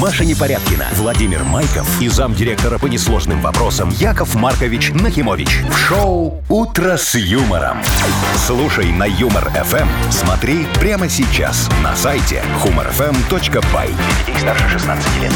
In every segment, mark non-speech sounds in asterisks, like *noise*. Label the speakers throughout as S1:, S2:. S1: Маша Непорядкина, Владимир Майков и замдиректора по несложным вопросам Яков Маркович Нахимович. В шоу «Утро с юмором». Слушай на «Юмор-ФМ». Смотри прямо сейчас на сайте humorfm.by. Для детей старше 16 лет.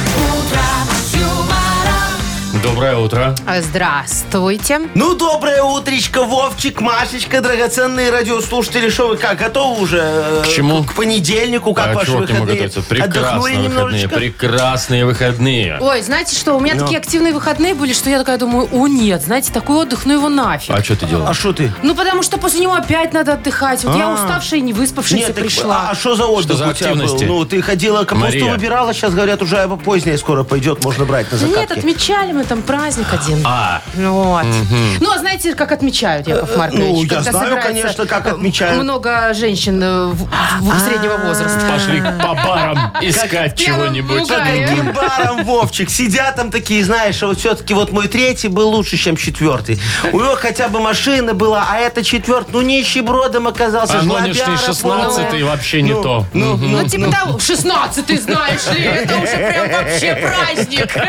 S2: Доброе утро.
S3: А, Здравствуйте.
S4: Ну, доброе утречко, Вовчик, Машечка, драгоценные радиослушатели. Что вы как, готовы уже? э,
S2: К чему?
S4: К понедельнику, как
S2: а
S4: ваши
S2: чего к нему
S4: выходные?
S2: готовиться? Прекрасные
S4: Отдохнули
S2: выходные.
S4: немножечко?
S2: Прекрасные выходные.
S3: Ой, знаете что, у меня
S4: Ну.
S3: такие активные выходные были, что я такая думаю, о нет, знаете, такой отдых, ну его нафиг.
S2: А что ты делал?
S4: А что ты?
S3: Ну, потому что после него опять надо отдыхать. Вот я
S4: А.
S3: уставшая и не выспавшаяся
S4: Нет, так, а
S3: пришла.
S4: что за отдых
S2: за
S4: у тебя был?
S2: активности?
S4: Ну, ты ходила, капусту
S2: Мария.
S4: выбирала, сейчас говорят, уже позднее скоро пойдет, можно брать на
S3: Да Нет,
S4: закатке.
S3: отмечали мы там праздник один.
S2: А,
S3: Вот. Ну, а знаете, как отмечают, Яков Маркович?
S4: ну, я
S3: когда
S4: знаю,
S3: собирается,
S4: конечно, как
S3: э,
S4: отмечают. А.
S3: Много женщин э, в- в- среднего возраста.
S2: пошли по барам А. *laughs* искать
S3: прямо
S4: Ну,
S2: чего-нибудь.
S3: ругаю.
S4: Каким баром, Вовчик? Сидят там такие, знаешь, а вот все-таки вот мой третий был лучше, чем четвертый. У него хотя бы машина была, а это четвертый, ну, нищебродом оказался.
S2: А нынешний
S4: жлобяра
S2: 16
S4: полная.
S2: вообще не
S4: Ну,
S2: то.
S4: ну, ну,
S3: Ну, типа того, 16 ты знаешь ли, это уже прям вообще праздник.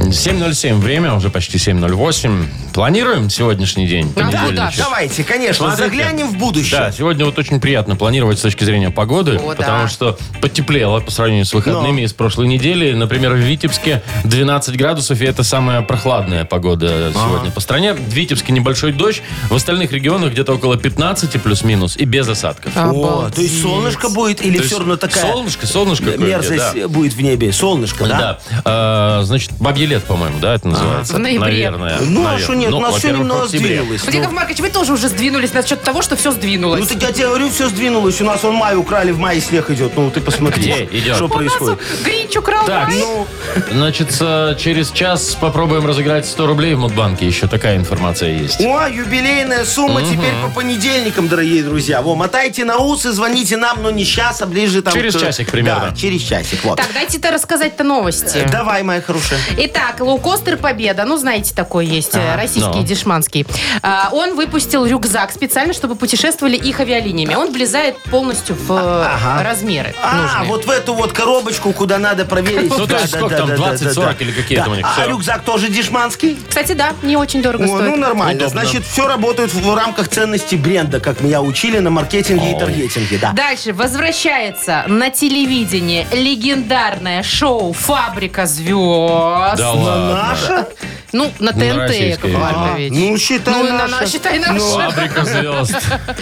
S2: 7.07, время уже почти 7.08. Планируем сегодняшний день, понедельничек?
S3: да.
S4: Давайте, конечно,
S2: Смотрите.
S4: заглянем в будущее.
S2: Да, сегодня вот очень приятно планировать с точки зрения погоды,
S3: О, да.
S2: потому что потеплело по сравнению с выходными из прошлой недели. Например, в Витебске 12 градусов, и это самая прохладная погода сегодня по стране. В Витебске небольшой дождь, в остальных регионах где-то около 15 плюс-минус и без осадков.
S3: А.
S4: О, то есть солнышко будет
S2: То
S4: или
S2: есть
S4: все равно такая
S2: Солнышко, солнышко. какое-то,
S4: мерзость
S2: да.
S4: будет в небе? Солнышко, да? А.
S2: Да. А, значит, бабье лет, по-моему, да, это называется?
S3: в ноябре.
S2: Наверное.
S4: Ну, а
S2: наверное.
S4: что нет, у нас все
S2: во-первых, в
S4: немного
S2: октябре.
S4: сдвинулось.
S3: Вот,
S4: ну.
S3: Яков Маркович, вы тоже уже сдвинулись насчет того, что все
S4: Ну
S3: сдвинулось.
S4: так я тебе говорю, все сдвинулось. У нас он май украли, в мае снег идет. Ну ты посмотри,
S2: Где идет?
S4: что
S3: У нас
S4: происходит.
S3: Гринч украл
S2: Так,
S3: май.
S2: ну, значит, э, через час попробуем разыграть 100 рублей в Мудбанке. Еще такая информация есть.
S4: О, юбилейная сумма теперь по понедельникам, дорогие друзья. Во, мотайте на ус и звоните нам, но не сейчас, а ближе там...
S2: Через
S4: к-
S2: часик примерно.
S4: Да, через часик, вот.
S3: Так, дайте-то рассказать-то новости.
S4: Давай, моя хорошая.
S3: Итак, лоукостер Победа, ну знаете, такой есть,
S4: А,
S3: э, российский,
S2: ну.
S3: дешманский. А, Он выпустил рюкзак специально, чтобы путешествовали их авиалиниями. Он влезает полностью в э, размеры
S4: А,
S3: нужные.
S4: вот в эту вот коробочку, куда надо проверить.
S2: Ну, то есть сколько там, 20-40 или какие там у них,
S4: Да. А
S2: всё.
S4: рюкзак тоже дешманский?
S3: Кстати, да, не очень дорого
S4: О,
S3: стоит.
S4: ну, нормально.
S2: Удобно.
S4: Значит, все работает в рамках ценности бренда, как меня учили на маркетинге и таргетинге, да.
S3: Дальше возвращается на телевидение легендарное шоу «Фабрика звезд».
S2: Да
S4: А
S2: ладно.
S4: Наша?
S3: Ну, на ТНТ,
S2: российской,
S3: Яков
S2: видимо.
S3: Маркович.
S4: Ну, считай
S3: Ну, и на-
S4: наша.
S3: на- считай наша.
S2: Фабрика звезд.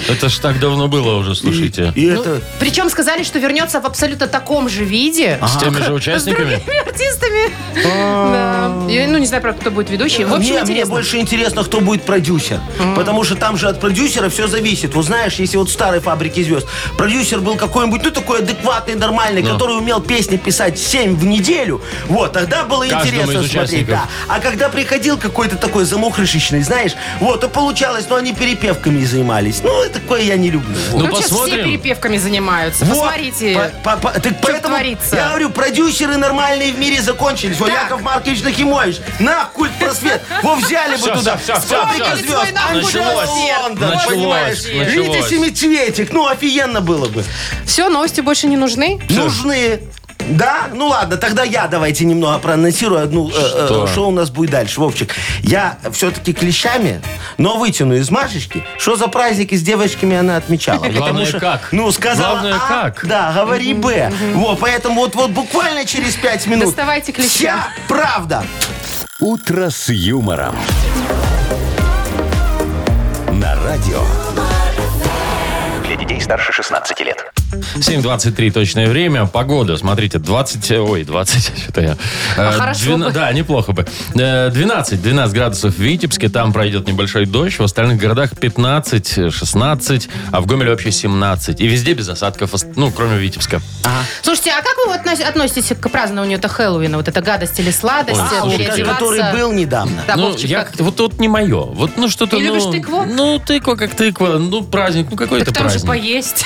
S2: Это ж так давно было уже, слушайте.
S4: И
S3: Ну,
S4: это...
S3: Причем сказали, что вернется в абсолютно таком же виде.
S2: С теми же
S3: С
S2: участниками?
S3: другими артистами. Да. Я, Ну, не знаю, правда, кто будет ведущий. В
S4: А. Не,
S3: общем,
S4: мне
S3: интересно.
S4: больше интересно, кто будет продюсер. Потому что там же от продюсера все зависит. Вот знаешь, если вот в старой фабрике звезд продюсер был какой-нибудь, ну, такой адекватный, нормальный, который умел песни писать 7 в неделю, вот, тогда было
S2: Каждому
S4: интересно
S2: из
S4: смотреть.
S2: участников.
S4: Да. А когда приходил какой-то такой замухрышечный, знаешь, вот, и получалось, но они перепевками занимались. Ну, и такое я не люблю. Вот.
S2: Ну,
S3: Ну, сейчас все
S2: посмотрим.
S3: перепевками занимаются.
S4: Вот,
S3: Посмотрите.
S4: по- по- по- так поэтому
S3: творится.
S4: Я говорю, продюсеры нормальные в мире закончились. Вот
S3: Так.
S4: Яков Маркович Нахимович, на культ просвет. Во взяли бы
S2: Всё,
S4: туда.
S2: всё, всё,
S4: С
S2: всё,
S4: фабрика
S2: всё.
S4: звезд.
S2: Началось. Началось,
S4: понимаешь?
S2: началось.
S4: Видите, семицветик. Ну, офигенно было бы.
S3: Все, новости больше не нужны.
S4: Нужны. Да? Ну ладно, тогда я давайте немного проанонсирую одну, э, э,
S2: Что?
S4: что? у нас будет дальше, Вовчик. Я все-таки клещами, но вытяну из Машечки, что за праздники с девочками она отмечала. Потому
S2: Главное,
S4: что,
S2: как.
S4: Ну, сказала
S2: Главное,
S4: А,
S2: как.
S4: да, говори Б. Вот, поэтому вот, вот буквально через пять минут.
S3: Доставайте клеща.
S4: Вся правда.
S1: «Утро с юмором». На радио. Для детей старше 16 лет.
S2: 7.23 точное время. Погода, смотрите, 20... Ой, 20, *laughs* что-то я... Э,
S3: А хорошо бы.
S2: Да, неплохо бы. Э, 12, 12 градусов в Витебске, там пройдет небольшой дождь. В остальных городах 15, э, 16, а в Гомеле вообще 17. И везде без осадков, ост- ну, кроме Витебска.
S3: Слушайте, а как вы вот относ- относитесь к празднованию-то Хэллоуина? Вот это гадость или сладость?
S2: Ой,
S3: э,
S2: слушайте,
S4: Тот,
S3: переодеваться?
S4: который был недавно.
S3: Да,
S2: ну,
S3: Вовчик,
S2: я
S3: как-
S2: как-то- вот тут не мое. Вот, ну, что-то...
S3: Не любишь
S2: ну,
S3: тыкву?
S2: Ну, тыква как тыква. Ну, праздник. Ну, какой
S3: Так
S2: это
S3: там же
S2: *laughs* праздник?
S3: поесть.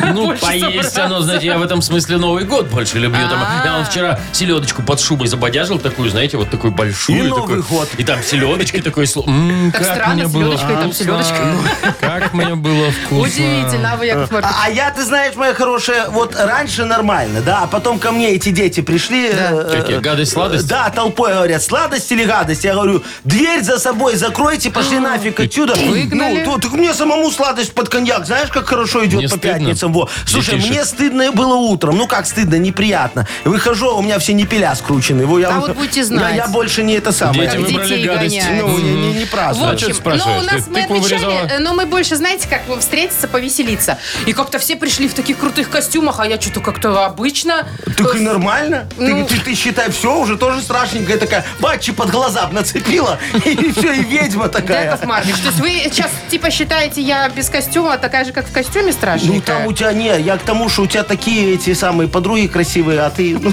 S2: Ну,
S3: Больше
S2: Поесть оно, знаете, я в этом смысле Новый год больше люблю. Там,
S3: А.
S2: я вон вчера селедочку под шубой забодяжил, такую, знаете, вот такую большую.
S4: И Новый
S2: такой.
S4: год.
S2: И там селедочки такой... сло- М,
S3: Так
S2: как
S3: странно,
S2: мне
S3: с
S2: было
S3: селедочкой, там
S2: вкусно. Ну,
S3: селедочка.
S2: Как мне было вкусно.
S3: Удивительно, а вы, Яков Маркович.
S4: А, а я, ты знаешь, моя хорошая, вот раньше нормально, да, а потом ко мне эти дети пришли. э,
S2: Какие, гадость, сладость?
S4: Да, толпой говорят, сладость или гадость. Я говорю, дверь за собой закройте, пошли нафиг отсюда.
S3: А, Выгнали?
S4: Ну, то- так мне самому сладость под коньяк, знаешь, как хорошо идет
S2: Не
S4: по
S2: стыдно?
S4: пятницам. Во. Слушай,
S2: Детишек.
S4: мне стыдно было утром. Ну как стыдно, неприятно. Выхожу, а у меня все непеля скручены. Во, я
S3: Да
S4: уже-
S3: А вот будете
S4: Я-
S3: знать.
S4: Я, больше не это самое.
S2: Дети
S3: Как
S2: выбрали
S3: детей
S2: гадость.
S3: гоняют.
S4: Ну, не, не, не
S3: В
S4: праздную.
S2: А что ты
S3: общем, ну,
S2: спрашиваешь?
S3: у
S2: Ты
S3: нас мы
S2: тыкву вырезала?
S3: отмечали, э, но мы больше, знаете, как вы встретиться, повеселиться. И как-то все пришли в таких крутых костюмах, а я что-то как-то обычно.
S4: Так и
S3: Э,
S4: нормально.
S3: Ну.
S4: Ты, ты- ты считай, все, уже тоже страшненькая такая. Батчи под глаза б нацепила, *laughs* и все, и ведьма такая.
S3: Яков Маркович, то есть вы сейчас типа считаете, я без костюма а такая же, как в костюме страшненькая?
S4: Ну там у тебя не, я к тому, что у тебя такие эти самые подруги красивые, а
S2: *laughs*
S4: ты. ну,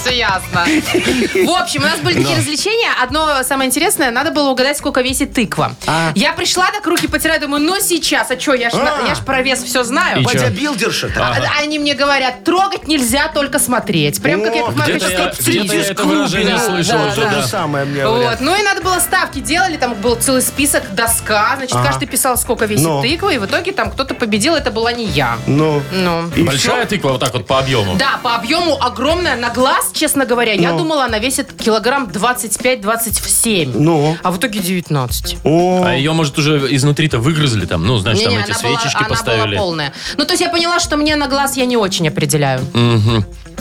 S3: Все ясно. В общем, у нас были такие развлечения. Одно самое интересное, надо было угадать, сколько весит тыква.
S4: А.
S3: Я пришла, так руки потираю, думаю, ну сейчас, а что, я ж, на-
S4: А.
S3: я ж про вес все знаю.
S2: И
S3: Вот.
S2: чё?
S4: Батя билдерша-то.
S3: А- Они мне говорят, трогать нельзя, только смотреть. Прям как
S4: О,
S3: я
S2: где-то я- где-то я это выражение
S3: Да,
S2: слышал
S3: да,
S2: уже,
S4: То
S2: да.
S4: же самое мне
S3: Вот.
S4: говорят.
S3: Ну и надо было ставки делали, там был целый список, доска, значит,
S4: Ага.
S3: каждый писал, сколько весит
S4: Ну.
S3: тыква, и в итоге там кто-то победил, это была не я.
S4: Ну.
S3: Ну.
S4: И
S2: Большая тыква вот так вот по объему.
S3: Да, по объему огромная. На глаз, честно говоря, я
S4: Ну.
S3: думала, она весит килограмм 25-27.
S4: Ну.
S3: А в итоге 19.
S4: всё. О,
S2: А ее, может, уже изнутри-то выгрызли там, ну, знаешь, там
S3: Не-не,
S2: эти
S3: она была-
S2: свечечки
S3: она
S2: поставили.
S3: была полная. Ну, то есть я поняла, что мне на глаз я не очень определяю.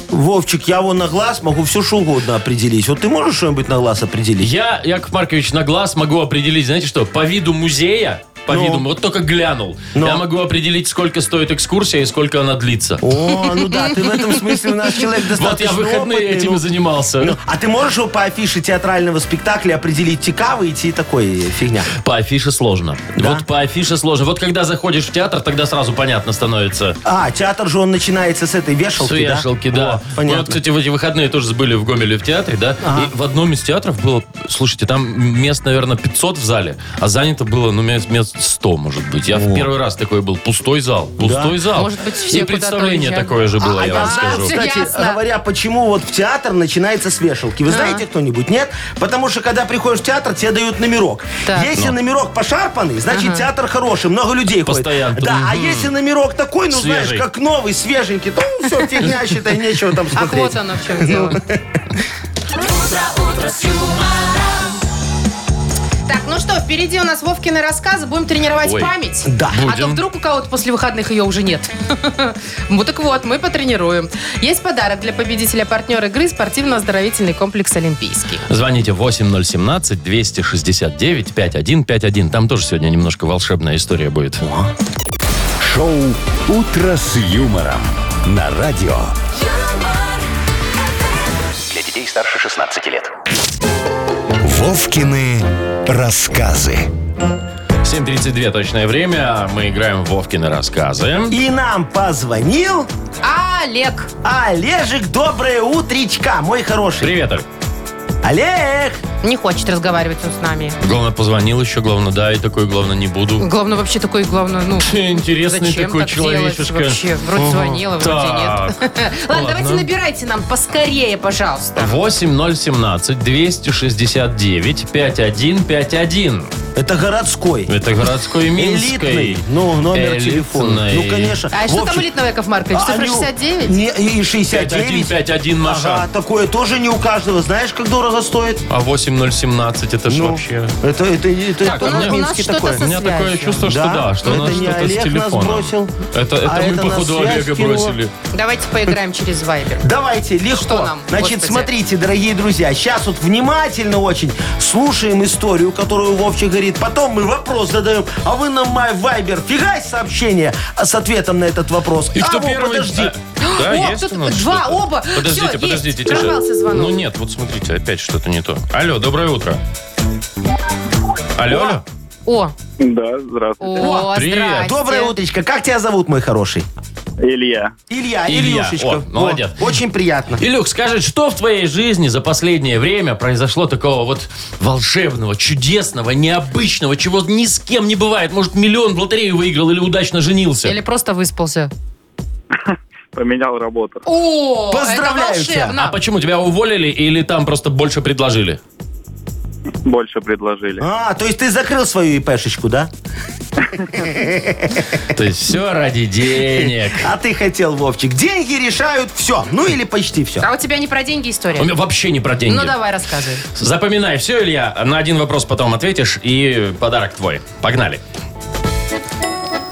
S4: Вовчик, я вон на глаз могу все что угодно определить. Вот ты можешь что-нибудь на глаз определить?
S2: Я, Яков Маркович, на глаз могу определить, знаете что, по виду музея, по
S4: Ну.
S2: виду, вот только глянул,
S4: Ну.
S2: я могу определить, сколько стоит экскурсия и сколько она длится.
S4: О, ну да, ты в этом смысле
S2: *laughs*
S4: у нас человек
S2: вот я
S4: достаточно
S2: в выходные
S4: опытный,
S2: этим
S4: ну.
S2: и занимался.
S4: Ну, а ты можешь его по афише театрального спектакля определить тикавы и те- такой э, фигня?
S2: По афише сложно.
S4: Да?
S2: Вот по афише сложно. Вот когда заходишь в театр, тогда сразу понятно становится.
S4: А, театр же он начинается с этой вешалки,
S2: С вешалки, да.
S4: О, понятно.
S2: Вот, кстати, в эти выходные тоже были в Гомеле в театре, да? И в одном из театров было, слушайте, там мест, наверное, 500 в зале, а занято было, ну, мест, мест 100, может быть. Я в первый раз такой был. Пустой зал. Пустой зал.
S3: Может быть, все
S2: И
S3: куда-то
S2: представление
S3: уезжали.
S2: такое же было,
S4: А
S2: я вам
S4: я знаю,
S2: скажу.
S3: всё
S4: кстати,
S3: ясно.
S4: говоря, почему вот в театр начинается с вешалки. Вы знаете кто-нибудь? Нет? Потому что, когда приходишь в театр, тебе дают номерок.
S3: Так.
S4: Если
S2: Ну.
S4: номерок пошарпанный, значит, театр хороший, много людей ходит.
S2: Постоянно.
S4: Да, а
S2: Мгм.
S4: если номерок такой, ну,
S2: Свежий.
S4: знаешь, как новый, свеженький, то
S2: *laughs*
S4: все, фигня, считай, нечего там
S3: Ах,
S4: смотреть.
S3: вот оно в чем
S4: *laughs*
S3: дело. Так, ну что, впереди у нас Вовкины рассказы. Будем тренировать
S2: Ой.
S3: память.
S4: Да.
S3: А то
S2: Будем.
S3: вдруг у кого-то после выходных ее уже нет. *laughs* Ну так вот, мы потренируем. Есть подарок для победителя партнера игры спортивно-оздоровительный комплекс «Олимпийский».
S2: Звоните 8017-269-5151. Там тоже сегодня немножко волшебная история будет.
S1: Шоу «Утро с юмором» на радио.
S5: Для детей старше 16 лет.
S1: Вовкины рассказы.
S2: 7.32 точное время. а Мы играем в Вовкины рассказы.
S4: И нам позвонил
S3: Олег.
S4: Олежек. Доброе утречка, мой хороший.
S2: Привет, Оль.
S4: Олег!
S3: Не хочет разговаривать он с нами.
S2: Главное, позвонил еще, главное, да, и такой, главное, не буду.
S3: Главное, вообще такой, главное, ну...
S2: Интересный
S3: Зачем
S2: такой
S3: так делать
S2: человечишка.
S3: вообще? Вроде звонила, вроде нет. *laughs*
S2: Так.
S4: *laughs*
S3: Ладно, давайте
S2: Ладно.
S3: набирайте нам поскорее, пожалуйста.
S2: 8017 269 5151.
S4: Это городской.
S2: Это городской Минской.
S4: Элитный. Ну, номер телефона. Ну,
S2: Элитный.
S4: конечно.
S3: А что там
S4: Вовчик,
S3: элитного, Яков Маркович?
S2: а,
S3: Цифра
S4: Аню,
S3: 69?
S4: А, Не, и 69.
S2: 5151
S4: Ага,
S2: Маша.
S4: такое тоже не у каждого. Знаешь, как дорого стоит?
S2: А 8017 это ж
S4: Ну,
S2: вообще.
S4: Это, это, это,
S2: Так,
S4: это
S2: у нас-
S4: Минский
S2: у
S3: ну, нас что-то
S4: такое.
S2: У меня
S3: связью.
S2: такое чувство, что
S4: Да?
S2: да, что у
S4: Это
S2: нас
S4: не
S2: что-то с
S4: Олег нас
S2: телефоном.
S4: бросил,
S2: это это
S4: а
S2: мы,
S4: это нас
S2: походу,
S4: связь
S2: Олега
S4: кинула.
S2: бросили.
S3: Давайте поиграем через Viber.
S4: Давайте, легко.
S3: Что нам,
S4: Значит,
S3: господи?
S4: смотрите, дорогие друзья, сейчас вот внимательно очень слушаем историю, которую Вовчик говорит. Потом мы вопрос задаем, а вы нам май вайбер фигась сообщение с ответом на этот вопрос.
S2: И кто
S4: а, Вов,
S2: первый?
S4: подожди.
S2: Да, да,
S3: О,
S2: есть
S3: тут
S2: у нас
S3: два,
S2: что-то?
S3: оба.
S2: Подождите,
S3: Всё, есть.
S2: подождите, тише.
S3: Прервался звонок.
S2: Ну нет, вот смотрите, опять что-то не то. Алло, доброе утро. Алло, алло.
S3: О,
S6: Да, здравствуйте.
S3: о,
S2: Привет.
S3: здрасте.
S4: Доброе утречко. Как тебя зовут, мой хороший?
S6: Илья.
S4: Илья,
S2: Илья,
S4: Ильюшечка.
S2: о, молодец.
S4: Во, Очень приятно.
S2: Илюк, скажи, что в твоей жизни за последнее время произошло такого вот волшебного, чудесного, необычного, чего ни с кем не бывает? Может, миллион в лотерею выиграл или удачно женился?
S3: Или просто выспался.
S6: Поменял работу.
S3: О,
S4: Поздравляю
S3: это
S4: тебя.
S2: А
S3: волшебно.
S2: почему тебя уволили или там просто больше предложили?
S6: Больше предложили.
S4: А, то есть ты закрыл свою ИПшечку, да?
S2: То есть все ради денег.
S4: А ты хотел, Вовчик. Деньги решают все. Ну или почти все.
S3: А у тебя не про деньги история?
S2: У меня вообще не про деньги.
S3: Ну давай рассказывай.
S2: Запоминай все, Илья. На один вопрос потом ответишь, и подарок твой. Погнали.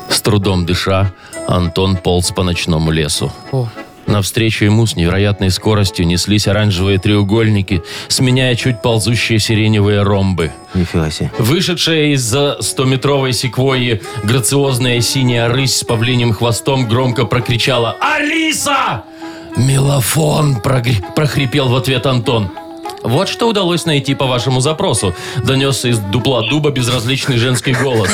S2: С трудом дыша, Антон полз по ночному лесу.
S3: О.
S2: Навстречу ему с невероятной скоростью неслись оранжевые треугольники, сменяя чуть ползущие сиреневые ромбы.
S4: Нифига себе.
S2: Вышедшая из-за стометровой секвойи грациозная синяя рысь с павлиним хвостом громко прокричала «Алиса!» «Мелофон!» прогр- прохрипел в ответ Антон. Вот что удалось найти по вашему запросу. Донесся из дупла дуба безразличный женский голос.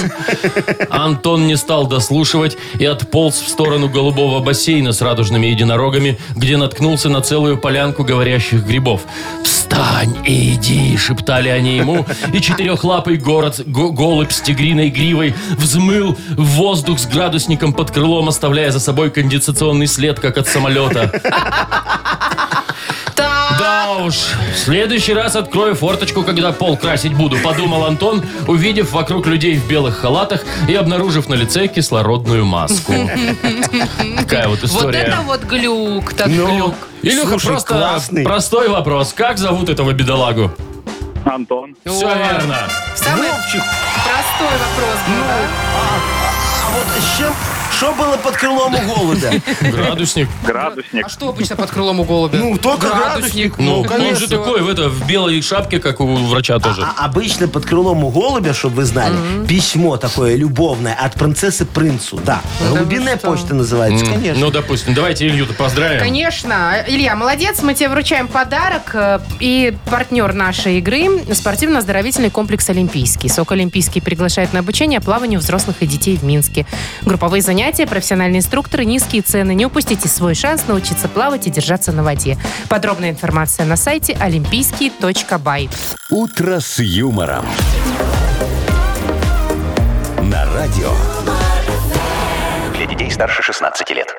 S2: Антон не стал дослушивать и отполз в сторону голубого бассейна с радужными единорогами, где наткнулся на целую полянку говорящих грибов. «Встань и иди!» — шептали они ему, и четырехлапый город, го- голубь с тигриной гривой взмыл в воздух с градусником под крылом, оставляя за собой конденсационный след, как от самолета.
S3: Так,
S2: Да уж. В следующий раз открою форточку, когда пол красить буду, подумал Антон, увидев вокруг людей в белых халатах и обнаружив на лице кислородную
S3: *laughs*
S2: маску. Такая вот
S3: вот
S2: история.
S3: это вот глюк, так глюк.
S2: Илюха,
S4: Ну, Слушай,
S2: просто
S4: классный.
S2: простой вопрос. Как зовут этого бедолагу?
S6: Антон.
S2: Все
S3: О.
S2: верно.
S3: Самый
S4: Вовчик,
S3: простой вопрос был, да?
S4: а вот с чем? Что было под крылом у голубя?
S2: Градусник.
S6: Градусник.
S3: А что обычно под крылом у голубя?
S4: Ну, только градусник.
S2: Ну, он же
S4: конечно.
S2: такой в, это, в белой шапке, как у врача тоже.
S4: А обычно под крылом у голубя, чтобы вы знали, письмо такое любовное от принцессы принцу. Да. Глубинная почта называется, а, конечно.
S2: Ну, допустим. Давайте Илью-то поздравим.
S3: Конечно. Илья, молодец. Мы тебе вручаем подарок. э, И партнер нашей игры – спортивно-оздоровительный комплекс «Олимпийский». СОК «Олимпийский» приглашает на обучение плаванию взрослых и детей в Минске. Групповые занятия, профессиональные инструкторы, низкие цены. Не упустите свой шанс научиться плавать и держаться на воде. Подробная информация на сайте олимпийский.бай.
S1: «Утро с юмором». На радио.
S5: Для детей старше 16 лет.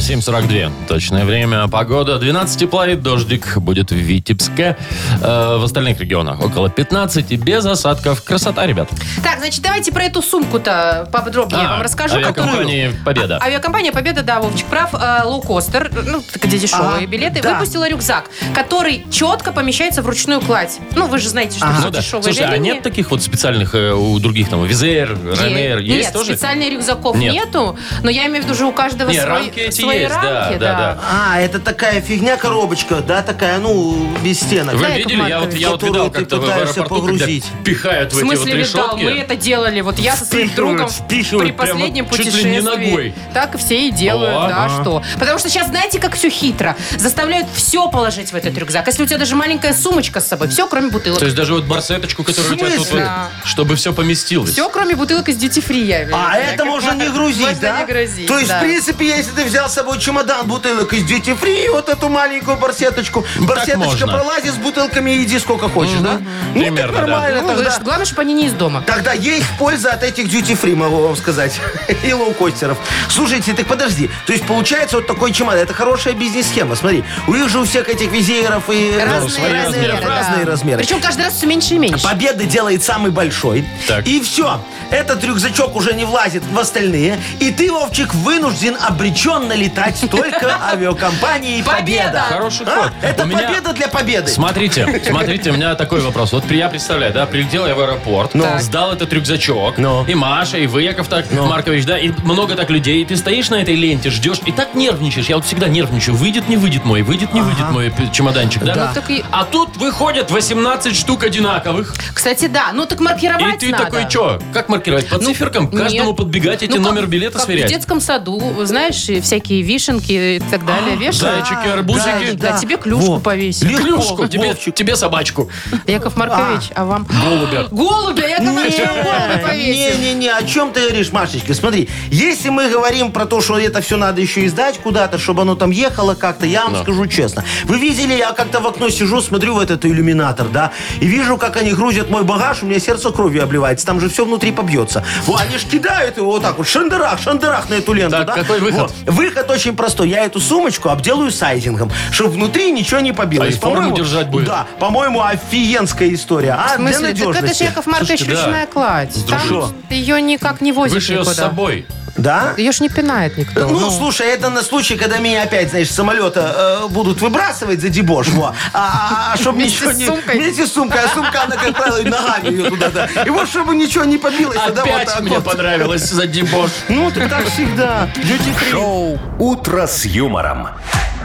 S2: 7.42. Точное время. Погода 12 тепла и дождик будет в Витебске. Э, в остальных регионах около 15 без осадков. Красота, ребят.
S3: Так, значит, давайте про эту сумку-то поподробнее я
S2: А,
S3: вам расскажу. которую- А,
S2: Авиакомпания «Победа».
S3: Авиакомпания «Победа», да, Вовчик прав, э, лоукостер, ну, так, где дешевые
S4: Ага,
S3: билеты,
S4: да.
S3: выпустила рюкзак, который четко помещается в ручную кладь. Ну, вы же знаете, что
S2: Ну
S3: все
S2: да.
S3: дешевые
S2: Слушай, а
S3: авиалинии.
S2: нет таких вот специальных э, у других там Визер, Ранер?
S3: Нет,
S2: Есть тоже?
S3: специальных рюкзаков
S2: Нет.
S3: нету, но я имею в виду, что у каждого
S2: Не,
S3: свой-
S2: рамки эти
S3: свои
S2: есть, да,
S3: рамки,
S2: да, да.
S4: А, это такая фигня, коробочка, да, такая, ну, без стенок.
S2: Вы
S3: Яков
S2: видели? Я вот, я вот
S4: Маркович,
S2: видал
S4: которую
S2: как-то
S4: ты
S2: в аэропорту,
S4: пытаешься погрузить.
S2: когда пихают в,
S3: В
S2: эти
S3: смысле,
S2: вот
S3: видал,
S2: решетки.
S3: мы это делали. Вот я со своим
S2: Впихивают,
S3: другом
S2: впихивают
S3: при
S2: прямо
S3: последнем
S2: чуть ли не
S3: путешествии.
S2: ногой.
S3: Так все и делают,
S2: О,
S3: да,
S2: а.
S3: что. Потому что сейчас, знаете, как все хитро. Заставляют все положить в этот рюкзак. Если у тебя даже маленькая сумочка с собой, все, кроме бутылок.
S2: То есть даже вот барсеточку, которую у тебя тут...
S4: смысле?
S2: вот, Чтобы все поместилось.
S3: Все, кроме бутылок из Duty Free, я имею в
S4: А
S3: виду,
S4: это
S3: Яков
S4: можно не
S3: Маркович.
S4: грузить,
S3: Можно
S4: да?
S3: не грузить,
S4: То есть,
S3: да.
S4: в принципе, если ты взял с собой чемодан бутылок из Duty Free, и вот эту маленькую барсеточку,
S3: Ну,
S2: можно.
S4: барсеточка пролазит с бутылками, иди сколько хочешь, да? Ну,
S2: Примерно,
S4: так нормально
S3: Ну,
S4: тогда.
S3: вы ж- главное, чтобы они не из дома.
S4: Тогда есть польза от этих duty free, могу вам сказать. *laughs* И лоукостеров. Слушайте, так подожди. То есть получается вот такой чемодан. Это хорошая бизнес-схема. Смотри, у них же у всех этих визееров и...
S3: Разные
S2: Ну, свои
S3: размеры.
S2: размеры,
S3: да.
S4: Разные размеры.
S3: Причем каждый раз все меньше и меньше.
S4: Победа делает самый большой.
S2: Так.
S4: И все. Этот рюкзачок уже не влазит в остальные. И ты, Вовчик, вынужден обреченно летать только
S2: *laughs*
S4: авиакомпанией
S3: Победа!
S4: Победа.
S2: Хороший
S4: А?
S2: ход.
S4: Это
S2: У меня-
S4: победа для победы.
S2: Смотрите, смотрите, у меня такой вопрос. Вот я представляю, да, прилетел я в аэропорт, сдал этот рюкзачок,
S4: Ну.
S2: и Маша, и вы, Яков так, Маркович, да, и много так людей, и ты стоишь на этой ленте, ждешь, и так нервничаешь. Я вот всегда нервничаю. Выйдет, не выйдет мой, выйдет, не выйдет мой п- чемоданчик, да?
S3: Да. Ну, так и-
S2: А тут выходят 18 штук одинаковых,
S3: Кстати, да. Ну так маркировать
S2: и ты
S3: надо. Ну,
S2: такой, что? Как маркировать? По циферкам? К
S3: Нет.
S2: каждому подбегать эти
S3: Ну, как-
S2: номер билета
S3: как
S2: сверять?
S3: в детском саду, знаешь, и всякие вишенки и так
S4: А,
S3: далее вешают.
S2: Зайчики, арбузики.
S3: Да, тебе клюшку повесили.
S4: Легко.
S2: Клюшку, тебе,
S4: Вовчик.
S2: тебе собачку.
S3: Яков Маркович, а, вам?
S2: Голубя.
S3: Голубя, Яков Маркович, вам голубя повесил.
S4: Не-не-не, о чем ты говоришь, Машечка? Смотри, если мы говорим про то, что это все надо еще и сдать куда-то, чтобы оно там ехало как-то, я вам скажу честно. Вы видели, я как-то в окно сижу, смотрю в этот иллюминатор, да, и вижу, как они грузят мой багаж, у меня сердце кровью обливается, там же все внутри побьется. Во, Они ж кидают его вот так вот, шандерах, шандерах на эту ленту,
S2: Так,
S4: да?
S2: какой выход?
S4: Во, Выход очень простой. Я эту сумочку обделаю сайдингом, чтобы внутри ничего не побилось.
S2: А и форму
S4: По-моему,
S2: держать будет?
S4: Да, по-моему, офигенская история. А,
S3: В смысле?
S4: для
S3: Так это
S4: надежности.
S3: же, Яков Маркович,
S2: Слушайте, да.
S3: ручная кладь.
S2: Что?
S3: Там ее никак не
S2: Вы
S3: возят
S2: же ее с
S3: никуда.
S2: собой.
S4: Да?
S3: Ее ж не пинает никто.
S4: Ну, слушай, это на случай, когда меня опять, знаешь, с самолета э, будут выбрасывать за дебош, во. А, чтобы
S3: Вместе
S4: ничего
S3: с
S4: не...
S3: сумкой?
S4: Вместе с сумкой. А сумка, она, как правило, и ногами ее туда, да. И вот, чтобы ничего не побилось, тогда вот
S2: Опять
S4: так
S2: мне
S4: вот.
S2: понравилось за дебош.
S4: Ну, ты так всегда. Duty free.
S1: Шоу «Утро с юмором».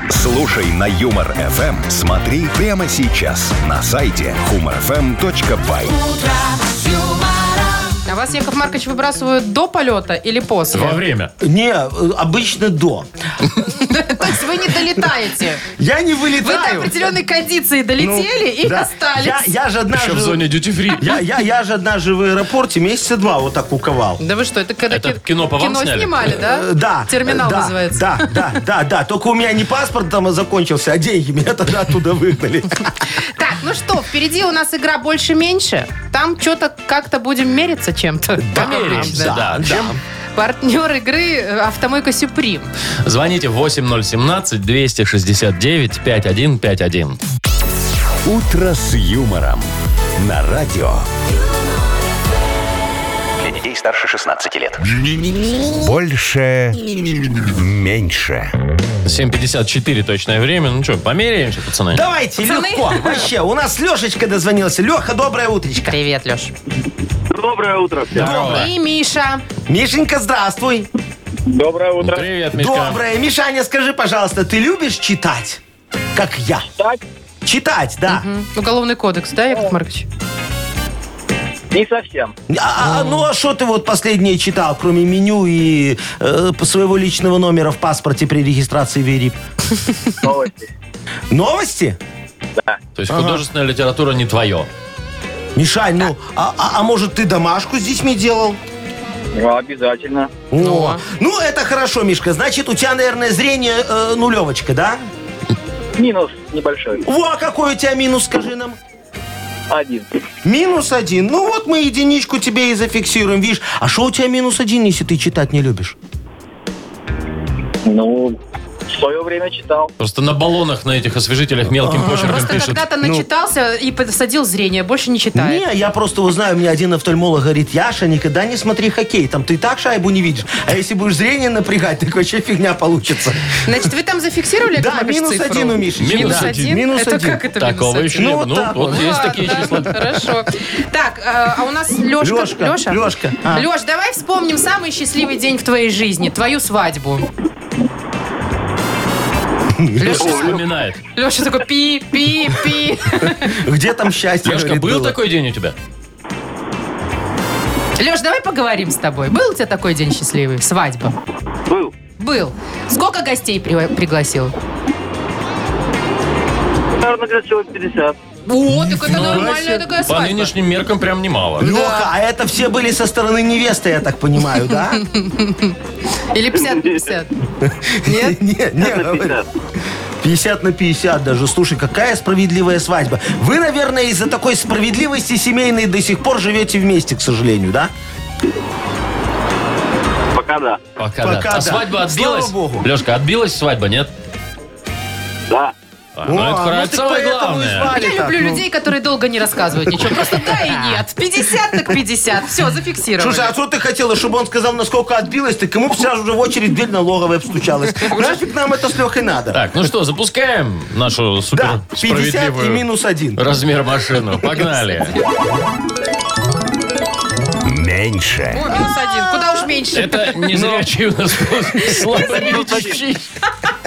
S1: Слушай на Юмор ФМ. Смотри прямо сейчас на сайте humorfm.by.
S3: А вас, Яков Маркович, выбрасывают до полета или после?
S2: Во время.
S4: Не, э, обычно до.
S3: То есть вы не долетаете.
S4: Я не
S3: Вы до
S4: вылетаю.
S3: определенной кондиции
S4: Ну,
S3: долетели и
S4: да. Я,
S3: остались.
S4: я
S2: Еще
S4: же однажды...
S2: в зоне дьюти-фри.
S4: Я, я, я же однажды в аэропорте месяца два вот так куковал.
S3: Да вы что, это когда
S2: Это
S3: ки-
S2: кино по вам сняли?
S3: снимали, да?
S4: Э,
S3: А?
S4: Да.
S3: Терминал
S4: да,
S3: называется.
S4: Да, да, да, да. Только у меня не паспорт там закончился, а деньги меня тогда оттуда выгнали.
S3: Так, ну что, впереди у нас игра больше-меньше. Там что-то как-то будем мериться чем-то.
S2: Померимся, да. Чем?
S3: Партнер игры э, «Автомойка Сюприм».
S2: Звоните 8017-269-5151.
S1: «Утро с юмором» на радио.
S5: Для детей старше 16 лет.
S1: Больше. Меньше.
S2: 7.54 точное время. Ну что, померяемся, пацаны?
S4: Давайте,
S3: Пацаны?
S4: легко. Вообще, у нас Лешечка дозвонился. Леха, доброе утречко.
S3: Привет, Леш.
S6: Доброе утро всем.
S2: Здорово.
S3: И Миша.
S4: Мишенька, здравствуй.
S6: Доброе утро.
S2: Привет, Мишка.
S4: Доброе. Мишаня, скажи, пожалуйста, ты любишь читать? Как я.
S6: Так,
S4: Читать, да.
S3: М, Ну, Уголовный кодекс, да, Яков Маркович?
S6: не совсем.
S4: А, а, ну а что ты вот последнее читал, кроме меню и э, своего личного номера в паспорте при регистрации в ИРИП?
S6: Новости.
S4: Новости?
S2: То есть художественная литература не твое.
S4: Мишань, ну, а, а- а может ты домашку с детьми делал?
S6: Ну, обязательно.
S4: О. Ну, это хорошо, Мишка. Значит, у тебя, наверное, зрение э, нулевочка, да?
S6: Минус небольшой.
S4: Во, а какой у тебя минус, скажи нам?
S6: Один.
S4: Минус один. Ну вот мы единичку тебе и зафиксируем, видишь. А что у тебя минус один, если ты читать не любишь?
S6: Ну, в свое время читал.
S2: Просто на баллонах на этих освежителях мелким почерком
S3: Просто
S2: пишет.
S4: ну,
S3: когда-то начитался и посадил зрение, больше не читает.
S4: Не, я просто вот знаю, мне один офтальмолог говорит, Яша, никогда не смотри хоккей, там ты и так шайбу не видишь. А если будешь зрение напрягать, так вообще фигня *laughs* получится.
S3: Значит, вы там зафиксировали, Яков
S4: Да,
S3: Маркович,
S4: минус
S3: цифру?
S4: один у Миши.
S2: Минус
S3: Минус один?
S4: Минус
S3: это
S4: один.
S3: как это
S2: Такого
S3: минус
S2: еще
S3: один?
S2: не
S4: Ну, вот
S2: было. Ну,
S4: так
S2: вот
S4: вот.
S2: есть
S3: Ладно,
S2: такие числа.
S3: Хорошо. Так, э, а у нас Лешка.
S4: Лёшка, Лёшка, а.
S3: Леш, давай вспомним самый счастливый день в твоей жизни, твою свадьбу.
S2: Леша вспоминает.
S3: Леша такой *laughs* пи-пи-пи.
S4: Где *laughs* там счастье?
S2: Лешка,
S4: говорит,
S2: был
S4: было?
S2: такой день у тебя?
S3: Леш, давай поговорим с тобой. Был у тебя такой день счастливый? Свадьба.
S6: Был.
S3: Был. Сколько гостей при- пригласил?
S6: Наверное, где-то человек 50.
S3: О, так
S4: Ну,
S3: это нормальная такая
S2: По
S3: свадьба.
S2: нынешним меркам прям немало.
S4: Леха, а это все были со стороны невесты, я так понимаю, да? *laughs*
S3: Или 50 на 50.
S4: Нет? *laughs* Нет,
S6: Это
S4: нет.
S6: 50.
S4: 50 на 50 даже. Слушай, какая справедливая свадьба. Вы, наверное, из-за такой справедливости семейной до сих пор живете вместе, к сожалению, да?
S6: Пока да.
S2: Пока,
S4: Пока
S2: да. А
S4: да.
S2: свадьба
S4: Слава
S2: отбилась?
S4: богу.
S2: Лешка, отбилась свадьба, нет?
S6: Да.
S2: А, ну,
S4: О,
S2: это правильно.
S4: ну, так
S2: самое
S4: поэтому и
S2: главное.
S4: свадьба.
S3: Я
S4: Так,
S3: люблю
S4: ну.
S3: людей, которые долго не рассказывают ничего. Просто да и
S4: *laughs*
S3: нет. 50 так 50. Все, зафиксировали.
S4: Слушай, а что ты хотела, чтобы он сказал, насколько отбилась, так ему бы сразу же в очередь дверь налоговая обстучалась.
S2: *laughs*
S4: Нафиг нам это с Лехой надо.
S2: Так, ну что, запускаем нашу супер
S4: Да, 50 и
S2: справедливую
S4: минус один.
S2: размер машину.
S4: *laughs*
S2: Погнали.
S1: Меньше.
S3: Ой, минус
S4: А.
S3: один. Куда уж меньше.
S2: Это не зрячий у нас
S4: *laughs*
S2: слабовидящий.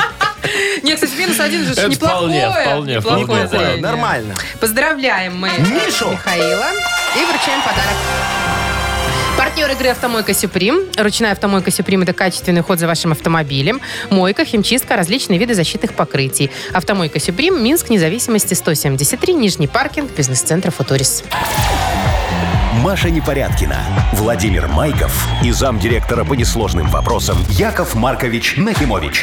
S3: *laughs* Нет, кстати, минус один же ж
S2: Это вполне,
S3: неплохое.
S2: вполне,
S3: неплохое
S2: вполне, да.
S3: заявление.
S4: Нормально.
S3: Поздравляем мы э,
S4: Мишу!
S3: Михаила и вручаем подарок. Партнер игры «Автомойка Сюприм». Ручная «Автомойка Сюприм» — это качественный ход за вашим автомобилем. Мойка, химчистка, различные виды защитных покрытий. «Автомойка Сюприм», Минск, независимости 173, Нижний паркинг, бизнес-центр «Футурис».
S1: Маша Непорядкина, Владимир Майков и замдиректора по несложным вопросам Яков Маркович Нахимович.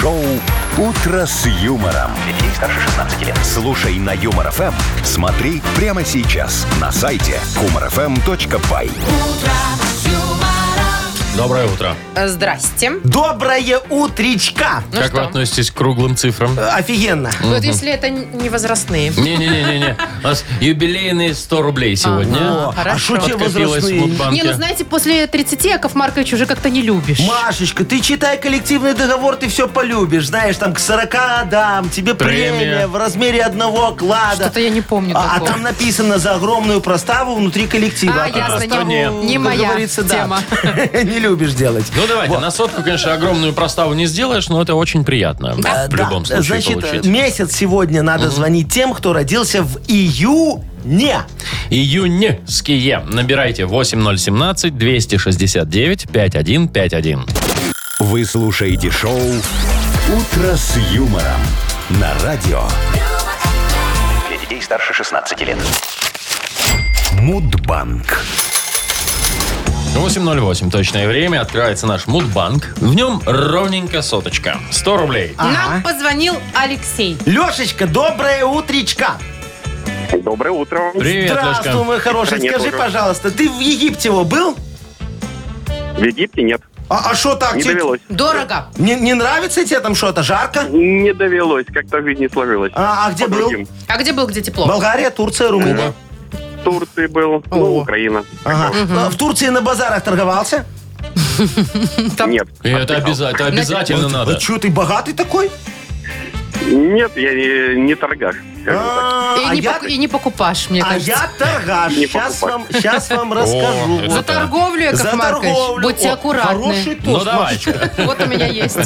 S1: Шоу Утро с юмором.
S5: Детей старше 16 лет.
S1: Слушай на Юмор ФМ, смотри прямо сейчас на сайте humorfm.by.
S2: Доброе утро.
S3: Э, Здрасте.
S4: Доброе утречка!
S3: Ну
S2: как
S3: что?
S2: вы относитесь к круглым цифрам?
S4: Э, Офигенно.
S3: Вот если это не возрастные.
S2: Не-не-не-не. У нас юбилейные 100 рублей сегодня.
S4: О, а
S3: хорошо.
S4: что тебе
S2: Подкопилось в
S4: возрастные?
S2: мудбанке.
S3: Не, ну знаете, после 30 Яков Маркович уже как-то не любишь.
S4: Машечка, ты читай коллективный договор, ты все полюбишь. Знаешь, там к 40 дам, тебе
S2: Премия.
S4: премия, в размере одного клада.
S3: Что-то я не помню
S4: А, а
S3: такого.
S4: там написано за огромную проставу внутри коллектива.
S3: А,
S4: ты
S3: ясно,
S4: просто,
S2: не-
S4: ну,
S3: не
S4: как
S3: моя
S4: говорится, да,
S3: тема.
S4: *laughs* не любишь делать.
S2: Ну давайте, на сотку, конечно, огромную проставу не сделаешь, но это очень приятно.
S4: Э,
S2: В любом
S4: да,
S2: случае
S4: Значит,
S2: получить.
S4: э, месяц сегодня надо звонить тем, кто родился в июне.
S2: Июньские. Набирайте 8017-269-5151.
S1: Вы слушаете шоу Утро с юмором на радио
S5: Для детей старше 16 лет.
S1: Мудбанк.
S2: 8.08 точное время. Открывается наш мудбанк. В нем ровненько соточка. 100 рублей.
S3: Нам позвонил Алексей.
S4: Лешечка, доброе утречка.
S6: Доброе утро.
S2: Привет,
S4: Здравствуй,
S2: Лешка.
S4: мой хороший.
S6: Нет,
S4: Скажи,
S6: уже.
S4: пожалуйста, ты в Египте его был?
S6: В Египте нет.
S4: А что так?
S6: Не
S4: тебе-
S6: довелось.
S3: Дорого.
S4: Не, не нравится тебе там что-то? Жарко?
S6: Не довелось, как-то в жизни не сложилось.
S4: А, а где
S6: По
S4: был?
S6: другим.
S3: А где был, где тепло?
S4: Болгария, Турция, Румыния.
S6: В Турции был, ну,
S4: О.
S6: Украина.
S4: Ага. А В Турции на базарах торговался?
S3: Там-
S6: Нет.
S2: И это обязательно, обязательно надо.
S4: А что, ты богатый такой?
S6: Нет, я не, не торгаш. скажем так.
S4: А,
S3: И,
S4: а
S3: не
S4: я,
S3: пок- и не покупашь, мне
S4: а
S3: кажется.
S4: я торгаш.
S6: Не
S4: Сейчас
S6: покупай.
S4: вам, сейчас вам расскажу.
S2: это
S4: Вот.
S3: За торговлю, Яков
S4: За
S3: Маркович.
S4: торговлю.
S3: Будьте
S4: О,
S3: аккуратны.
S4: Хороший
S2: Ну
S4: тост.
S2: давайте.
S3: Вот у меня есть.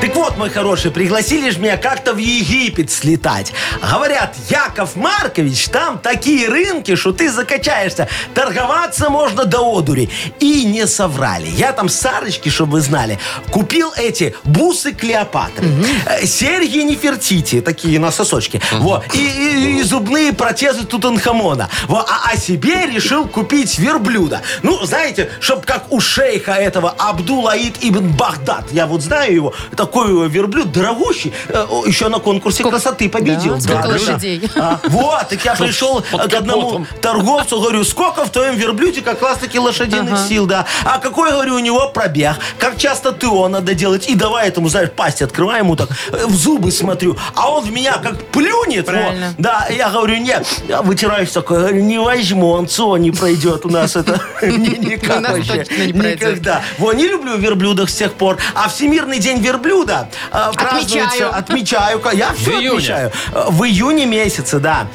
S4: Так вот, мой хороший, пригласили же меня как-то в Египет слетать. Говорят, Яков Маркович, там такие рынки, что ты закачаешься. Торговаться можно до одури. И не соврали. Я там Сарочки, чтобы вы знали, купил эти бусы Клеопатры, э, серьги Нефертити, такие на сосочке, вот, и, и- и зубные протезы Тутанхамона. Во, а, а себе решил купить верблюда. Ну, знаете, чтоб как у шейха этого Абдулаид ибн Багдад. Я вот знаю его, такой его верблюд дорогущий, э, о, еще на конкурсе красоты победил.
S3: Да? Сколько
S4: Да, да.
S3: лошадей?
S4: А, вот, так я пришел э,
S2: под
S4: к одному
S2: капотом.
S4: торговцу, говорю, сколько в твоем верблюде как раз-таки лошадиных сил, да. А какой, говорю, у него пробег, как часто ты он надо делать. И давай этому, знаешь, пасть открывай ему так, э, в зубы смотрю. А он в меня как плюнет. вот.
S3: Правильно.
S4: да, я говорю, нет, я вытираюсь такой, говорю, не возьму, он ЦО не пройдет у нас это. ни-
S3: *laughs* У
S4: Никак
S3: нас
S4: вообще.
S3: точно не пройдет.
S4: Никогда. Во, не люблю верблюдов с тех пор. А Всемирный день верблюда э, празднуется... Отмечаю. Я все
S2: июне.
S4: отмечаю. Э, В июне месяце, да.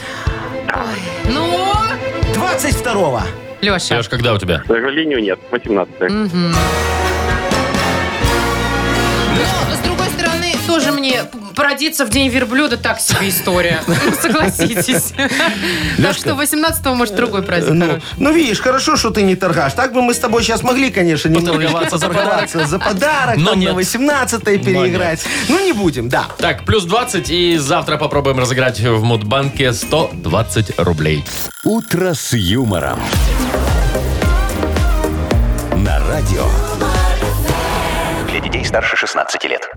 S3: Ну,
S4: 22-го.
S3: Леша.
S2: Леш, когда у тебя?
S6: К сожалению, нет. 18
S3: Но, с другой стороны, тоже мне породиться в день верблюда так себе история. Ну, Согласитесь. Так что 18-го, может, другой праздник
S4: Ну,
S3: хороший.
S4: ну, видишь, хорошо, что ты не торгаш. Так бы мы с тобой сейчас могли, конечно,
S2: Поторговаться
S4: немножечко
S2: за
S4: поторговаться за подарок,
S2: Но
S4: там
S2: нет.
S4: на 18 переиграть. Ну, не будем, да.
S2: Так, плюс 20, и завтра попробуем разыграть в Мудбанке 120 рублей.
S1: Утро с юмором. На радио
S5: Для детей старше 16 лет.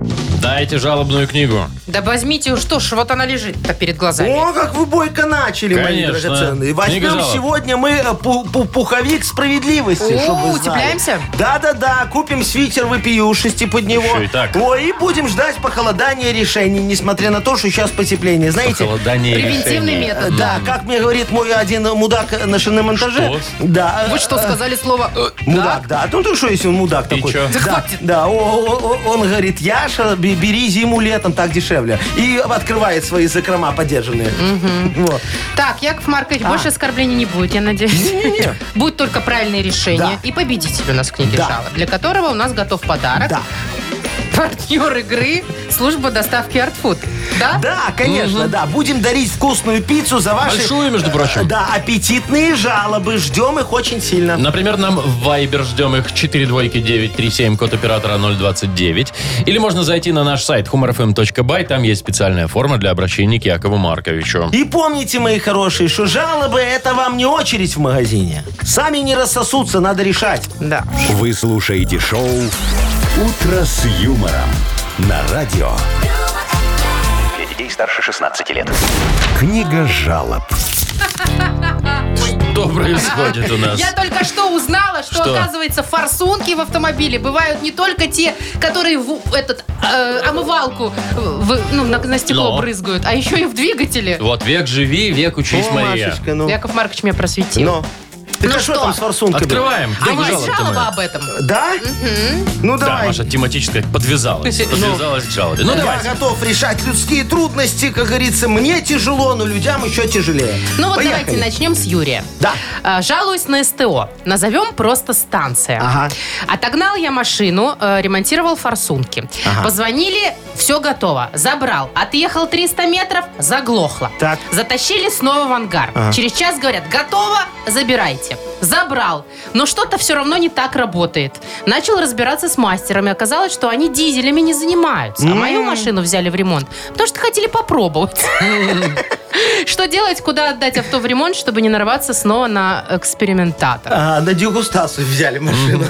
S2: Дайте жалобную книгу.
S3: Да возьмите, что ж, вот она лежит-то перед глазами.
S4: О, как вы бойко начали, мои
S2: Конечно. Книга
S4: драгоценные. Возьмем
S2: жалоб.
S4: сегодня мы э, пу- пу- пуховик справедливости,
S3: О,
S4: чтобы вы знали.
S3: утепляемся?
S4: Да-да-да, купим свитер вопиюшести под него.
S2: Еще и так.
S4: Ой, и будем ждать похолодания решений, несмотря на то, что сейчас потепление. Знаете,
S2: Похолодание
S3: Превентивный
S2: решения.
S3: метод.
S4: Э, Да, как мне говорит мой один мудак на шиномонтаже.
S2: Что?
S4: Да.
S3: Вы что,
S4: э,
S3: сказали слово «э»,
S4: Мудак, да. Ну ты что, если он мудак
S2: И
S4: такой?
S2: чё?
S3: Да
S4: Да,
S3: хватит.
S4: да. О, о, о, он говорит, Яша, бе- бери зиму летом, так дешевле. И открывает свои закрома подержанные. Вот.
S3: Так, Яков Маркович, больше оскорблений не будет, я надеюсь.
S4: А. Не-не-не.
S3: *laughs* Будет только правильные решения.
S4: Да.
S3: И победитель у нас в книге
S4: Да.
S3: жалоб, для которого у нас готов подарок.
S4: Да.
S3: *laughs* Партнер игры служба доставки Art Food. Да?
S4: Да, конечно, да. Будем дарить вкусную пиццу за ваши...
S2: Большую, между прочим.
S4: Да, аппетитные жалобы. Ждем их очень сильно.
S2: Например, нам в Viber ждем их 4 двойки 937, код оператора 029. Или можно зайти на наш сайт humorfm.by, там есть специальная форма для обращения к Якову Марковичу.
S4: И помните, мои хорошие, что жалобы – это вам не очередь в магазине. Сами не рассосутся, надо решать.
S3: Да.
S1: Вы слушаете шоу «Утро с юмором» на радио.
S5: Для детей старше 16 лет.
S1: Книга жалоб.
S2: Что происходит у нас?
S3: Я только что узнала, что,
S2: Что?
S3: оказывается форсунки в автомобиле бывают не только те, которые в этот э, омывалку в- ну, на, на стекло
S2: Но.
S3: брызгают, а еще и в двигателе.
S2: Вот век живи, век учись,
S4: О,
S2: Мария.
S4: Машечка, ну.
S3: Яков Маркович меня просветил.
S4: Ну. Так
S3: Ну
S4: а что
S3: что?
S4: там с форсунками?
S2: Открываем.
S3: А
S2: Книгу
S3: есть
S2: жалоб-то мы.
S3: жалоба об этом?
S4: Да? Ну
S2: Да,
S4: давай.
S2: Маша тематическая подвязалась. Подвязалась к жалобе. Ну,
S4: Я
S2: давайте.
S4: готов решать людские трудности, как говорится, мне тяжело, но людям еще тяжелее.
S3: Ну вот
S4: Поехали.
S3: давайте начнем с Юрия.
S4: Да.
S3: А, Жалуюсь на СТО. Назовем просто станция.
S4: Ага.
S3: Отогнал я машину, э, ремонтировал форсунки. Позвонили, все готово. Забрал. Отъехал 300 метров, заглохло.
S4: Так.
S3: Затащили снова в ангар. Через час говорят, готово, забирайте. Забрал. Но что-то все равно не так работает. Начал разбираться с мастерами. Оказалось, что они дизелями не занимаются. А мою машину взяли в ремонт, потому что хотели попробовать. Что делать, куда отдать авто в ремонт, чтобы не нарваться снова на экспериментатора?
S4: А, на дегустацию взяли машину.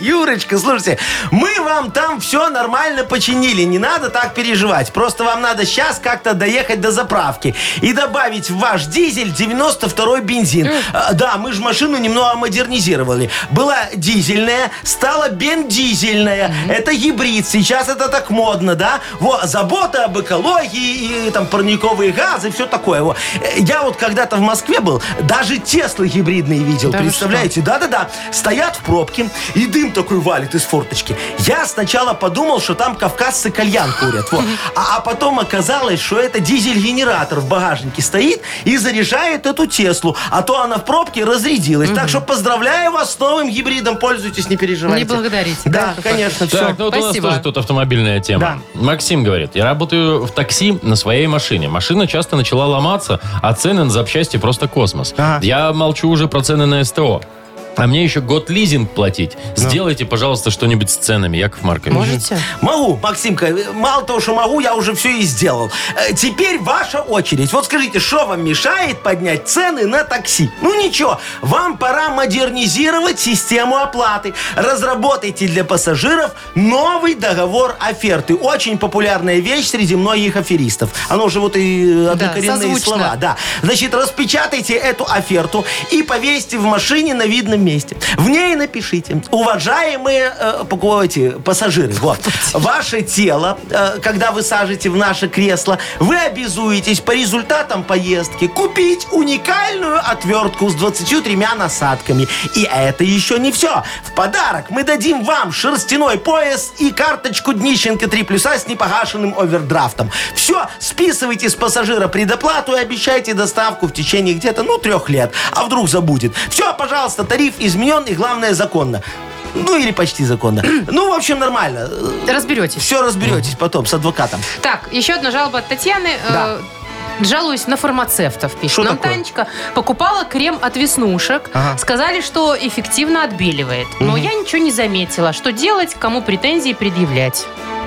S4: Юрочка, слушайте, мы вам там все нормально починили. Не надо так переживать. Просто вам надо сейчас как-то доехать до заправки и добавить в ваш дизель 92-й бензин. А, Да, мы же машину немного модернизировали. Была дизельная, стала бендизельная. Это гибрид. Сейчас это так модно, да? Вот, забота об экологии и там парниковые газы, все такое. Во. Э, Я вот когда-то в Москве был, даже Теслы гибридные видел.
S3: Да вы
S4: представляете? Да-да-да. Стоят в пробке, и дым такой валит из форточки. Я сначала подумал, что там кавказцы кальян курят. Во. А, а потом оказалось, что это дизель-генератор в багажнике стоит и заряжает эту Теслу. А то она в пробке разрядилась. Так что поздравляю вас с новым гибридом. Пользуйтесь, не переживайте.
S3: Не благодарите, да,
S4: Да,
S3: Яков
S4: конечно, все.
S2: Так, ну вот у
S3: Спасибо.
S2: нас тоже тут автомобильная тема. Максим говорит, я работаю в такси на своей машине. Машина часто начала ломаться, а цены на запчасти просто космос.
S4: Ага.
S2: Я молчу уже про цены на СТО. А мне еще год лизинг платить. Сделайте, пожалуйста, что-нибудь с ценами, Яков Маркович.
S3: Можете?
S4: Могу, Максимка. э, Мало того, что могу, я уже все и сделал. Э, Теперь ваша очередь. Вот скажите, что вам мешает поднять цены на такси? Ну ничего, вам пора модернизировать систему оплаты. Разработайте для пассажиров новый договор оферты. Очень популярная вещь среди многих аферистов. Оно же вот и однокоренные
S3: созвучно.
S4: слова. Да. Значит, распечатайте эту оферту и повесьте в машине на видном месте. В ней напишите. Уважаемые э, паку- эти, пассажиры, вот. Ваше тело, э, когда вы сажете в наше кресло, вы обязуетесь по результатам поездки купить уникальную отвертку с 23 насадками. И А это еще не все. В подарок мы дадим вам шерстяной пояс и карточку Днищенко 3 плюса с непогашенным овердрафтом. Все, списывайте с пассажира предоплату и обещайте доставку в течение где-то, ну, трех лет. А вдруг забудет. Все, пожалуйста, тариф изменен и, главное, законно. Ну, или почти законно. Ну, в общем, нормально.
S3: Разберетесь.
S4: Все разберетесь потом с адвокатом.
S3: Так, еще одна жалоба от Татьяны. Э,
S4: Да.
S3: Жалуюсь на фармацевтов, пишет.
S4: Что
S3: Нам
S4: такое?
S3: Танечка покупала крем от веснушек.
S4: Ага.
S3: Сказали, что эффективно отбеливает. Но я ничего не заметила. Что делать, кому претензии предъявлять?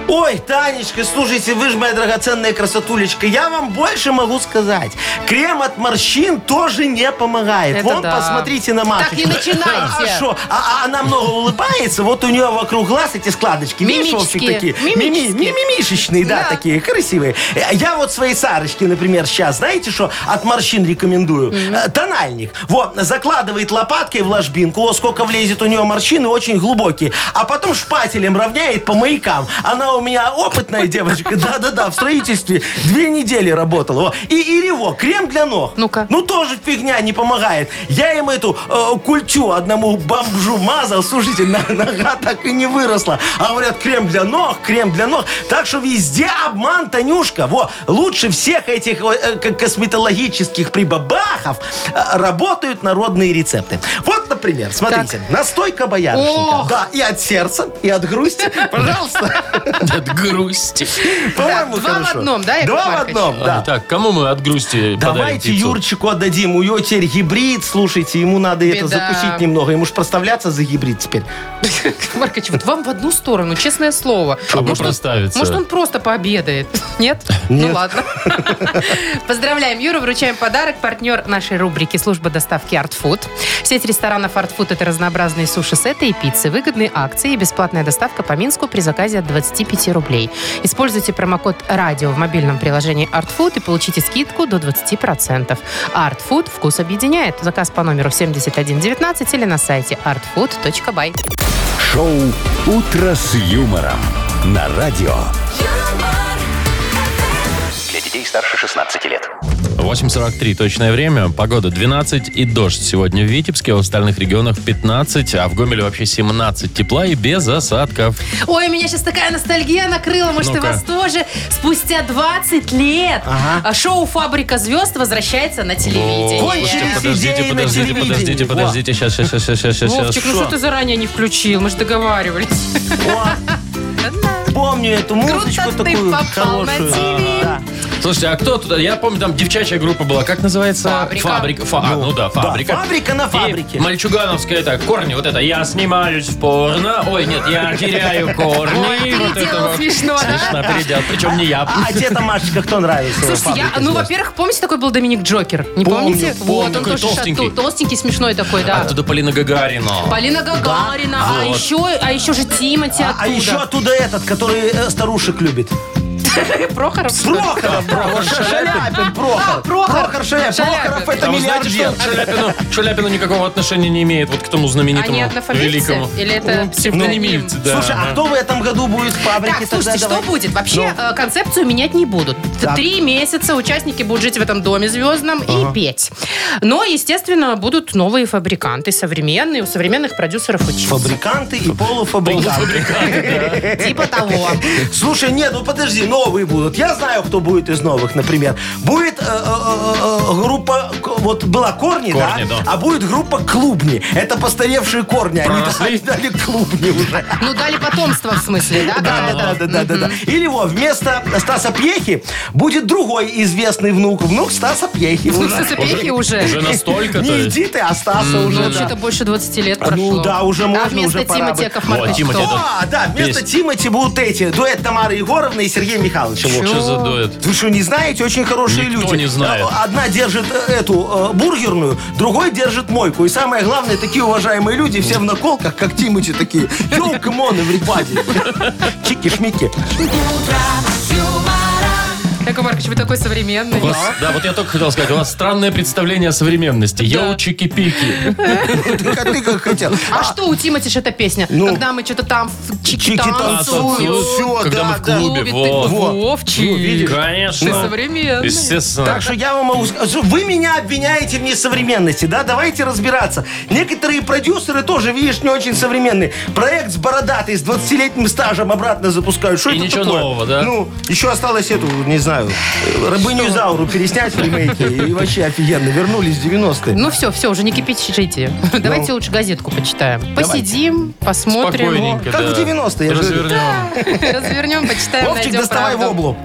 S4: Ой, Танечка, слушайте, вы же моя драгоценная красотулечка. Я вам больше могу сказать. Крем от морщин тоже не помогает.
S3: Это
S4: Вон,
S3: да.
S4: посмотрите на Машечку.
S3: Так не начинайте.
S4: А шо? А- а она много улыбается, вот у нее вокруг глаз эти складочки. Видишь, Вовчик,
S3: Мимические.
S4: такие? Мими-
S3: Мимические.
S4: Мимимишечные, да,
S3: Да.
S4: такие, красивые. Э, Я вот своей Сарочке, например, сейчас, знаете, что от морщин рекомендую? Э, Тональник. Вот, закладывает лопаткой в ложбинку, вот сколько влезет у нее морщины, очень глубокие. А потом шпателем равняет по маякам. Она у меня опытная девочка, да-да-да, в строительстве две недели работала. Во. И, и Рево, крем для ног.
S3: Ну-ка.
S4: Ну тоже фигня не помогает. Я им эту э, культю одному бомжу мазал, слушайте, на- нога так и не выросла. А говорят, крем для ног, крем для ног. Так что везде обман, Танюшка. Во, лучше всех этих э, э, косметологических прибабахов э, работают народные рецепты. Вот, например, смотрите, настойка боярышника.
S3: Ох.
S4: Да, и от сердца, и от
S3: *laughs*
S4: грусти. Пожалуйста.
S2: От грусти.
S4: По-моему,
S3: два в
S4: хорошо.
S3: одном, да, Яков
S4: Два в
S3: Маркович?
S4: одном, да.
S2: А, Так, кому мы от грусти подарим
S4: Давайте
S2: пиццу?
S4: Юрчику отдадим. У него теперь гибрид, слушайте, ему надо это
S3: Беда.
S4: закусить немного. Ему же проставляться за гибрид теперь.
S3: Маркович, вот вам в одну сторону, честное слово.
S2: Чтобы проставиться.
S3: Может, он просто пообедает? *laughs* Нет? Ну
S2: *laughs*
S3: ладно. Поздравляем Юру, вручаем подарок. Партнер нашей рубрики «Служба доставки Art Food». Сеть ресторанов Art Food – это разнообразные суши-сеты и пиццы, выгодные акции и бесплатная доставка по Минску при заказе от 25 рублей. Используйте промокод «Радио» в мобильном приложении Art Food и получите скидку до 20%. Art Food – вкус объединяет. Заказ по номеру 7119 или на сайте artfood.by.
S1: Шоу «Утро с юмором» на радио.
S7: юмор,
S5: Для детей старше 16 лет.
S2: 8.43 точное время. Погода 12 и дождь сегодня в Витебске, а в остальных регионах 15, а в Гомеле вообще 17 тепла и без осадков.
S3: Ой, меня сейчас такая ностальгия накрыла, может, и
S2: Ну-ка.
S3: вас тоже. Спустя 20 лет а, шоу «Фабрика звезд» возвращается на телевидение.
S2: О,
S4: Кончились
S2: слушайте, подождите,
S4: идеи на
S2: подождите,
S4: телевидении.
S2: подождите,
S4: Во.
S2: подождите, сейчас, сейчас, сейчас, сейчас, сейчас,
S3: Вовчик, ну что ты заранее не включил? Мы же договаривались.
S4: О, помню эту музычку
S3: Круто ты
S4: такую
S3: попал
S4: хорошую.
S3: на телек.
S4: Да.
S2: Слушайте, а кто туда? Я помню, там девчачья группа была. Как называется? Фабрика.
S3: Фабрика.
S2: Фа- а, ну да, фабрика.
S4: фабрика на
S2: И
S4: фабрике.
S2: мальчугановская, это, корни, вот это, я снимаюсь в порно. Ой, нет, я
S4: *laughs*
S2: теряю корни.
S3: Ой,
S2: вот
S3: переделал
S2: это вот.
S3: смешно, да?
S2: Смешно переделал, причем не я.
S4: А тебе там, Машечка, кто нравится?
S3: Слушайте, я,
S4: Фабрика
S3: ну,
S4: звезд.
S3: во-первых, помните, такой был Доминик Джокер? Не
S4: Помню,
S3: помните?
S4: помню.
S3: Вот, он
S2: Такой
S3: тоже шатун.
S2: толстенький. А
S3: толстенький, смешной такой, да.
S2: Оттуда Полина Гагарина.
S3: Полина Гагарина, а,
S2: Вот.
S3: еще, а еще же Тимати
S4: а, а еще оттуда этот, который э, старушек любит.
S3: Прохоров? что ли?
S4: Прохоров, Прохор Шаляпин, Прохор.
S3: А, Прохор.
S4: Прохор Шаляпин.
S3: Шаляпин.
S4: Прохоров это
S2: А вы знаете,
S4: миллиардер.
S2: что Шаляпину, Шаляпину никакого отношения не имеет вот к тому знаменитому
S3: Они однофамильцы?
S2: великому.
S3: Или это
S2: Ну,
S3: псевдоним?
S2: Знаменитцы, да.
S4: Слушай, а кто в этом году будет в
S3: Так,
S4: фабрике?
S3: слушайте, что
S4: тогда давай? Ну.
S3: будет? Вообще э, концепцию менять не будут. Т-
S4: Так.
S3: Три месяца участники будут жить в этом доме звездном и петь. Но, естественно, будут новые фабриканты, современные, у современных продюсеров учиться.
S4: Фабриканты и полуфабриканты.
S3: Типа того.
S4: Слушай, нет, ну подожди, новые будут. Я знаю, кто будет из новых, например. Будет э, э, э, группа, к- вот была корни,
S2: Корни,
S4: да?
S2: да.
S4: А будет группа клубни. Это постаревшие корни. Они
S2: Проросли?
S4: дали- дали клубни уже.
S3: Ну, дали потомство, в смысле, да?
S4: Да,
S3: какое-то?
S4: да,
S3: *laughs*
S4: да, да, да, да. Или во, вместо Стаса Пьехи будет другой известный внук. Внук Стаса Пьехи.
S3: Ну,
S4: уже.
S3: что, сопехи уже.
S2: Уже настолько, то
S4: Не
S2: есть.
S4: иди ты, а Стаса
S3: Ну,
S4: уже,
S3: вообще-то
S4: да.
S3: больше 20 лет
S4: А, ну
S3: прошло.
S4: да, уже можно,
S3: А вместо
S4: уже пора
S3: Тимати
S4: бы.
S3: Яков
S2: Вот,
S3: Маркович
S2: Тимати,
S3: кто?
S4: А, да, вместо
S2: Есть.
S4: Тимати будут эти. Дуэт Тамары Егоровны и Сергея Михайловича. во.
S2: Что за дуэт?
S4: Вы что, не знаете? Очень хорошие
S2: Никто
S4: люди.
S2: не знает.
S4: Э, Одна держит э, эту э, бургерную, другой держит мойку. И самое главное, такие уважаемые люди, все в наколках, как Тимати такие. Йоу, камоны в репаде. *laughs* Чики-шмики.
S3: Яков Маркович, вы такой современный.
S2: У вас- да, вот я только хотел сказать, у вас странное представление о современности. Йоу, чики-пики.
S4: Ну, ты как- ты как хотел.
S3: А что у Тимати ж эта песня? Когда мы что-то там в чики
S4: Ну. Чики
S3: танцуем.
S4: танцуют. всё,
S2: А, когда
S4: да,
S2: мы в
S4: да.
S2: клубе.
S3: Клубе, ты
S2: вот.
S4: Во.
S3: Вовчик.
S2: Ну, видишь? Конечно.
S3: Ты современный.
S2: Естественно.
S4: Так что я вам могу сказать, что вы меня обвиняете в несовременности, да? Давайте разбираться. Некоторые продюсеры тоже, видишь, не очень современные. Проект с бородатой, с 20-летним стажем обратно запускают. Что
S2: И
S4: это
S2: ничего
S4: такое?
S2: нового, да?
S4: Ну, еще осталось эту, не знаю, э, рабыню Зауру переснять в ремейке.
S2: *laughs*
S4: И вообще офигенно, вернулись 90-е.
S3: Ну все, все, уже не кипятите.
S4: Ну.
S3: Давайте лучше газетку почитаем. Посидим, посмотрим.
S2: Спокойненько,
S4: Как в
S2: да.
S4: 90-е, я же говорю.
S2: Развернем.
S3: Развернем, почитаем,
S4: Вовчик,
S3: найдем
S4: доставай
S3: правду.
S4: воблу.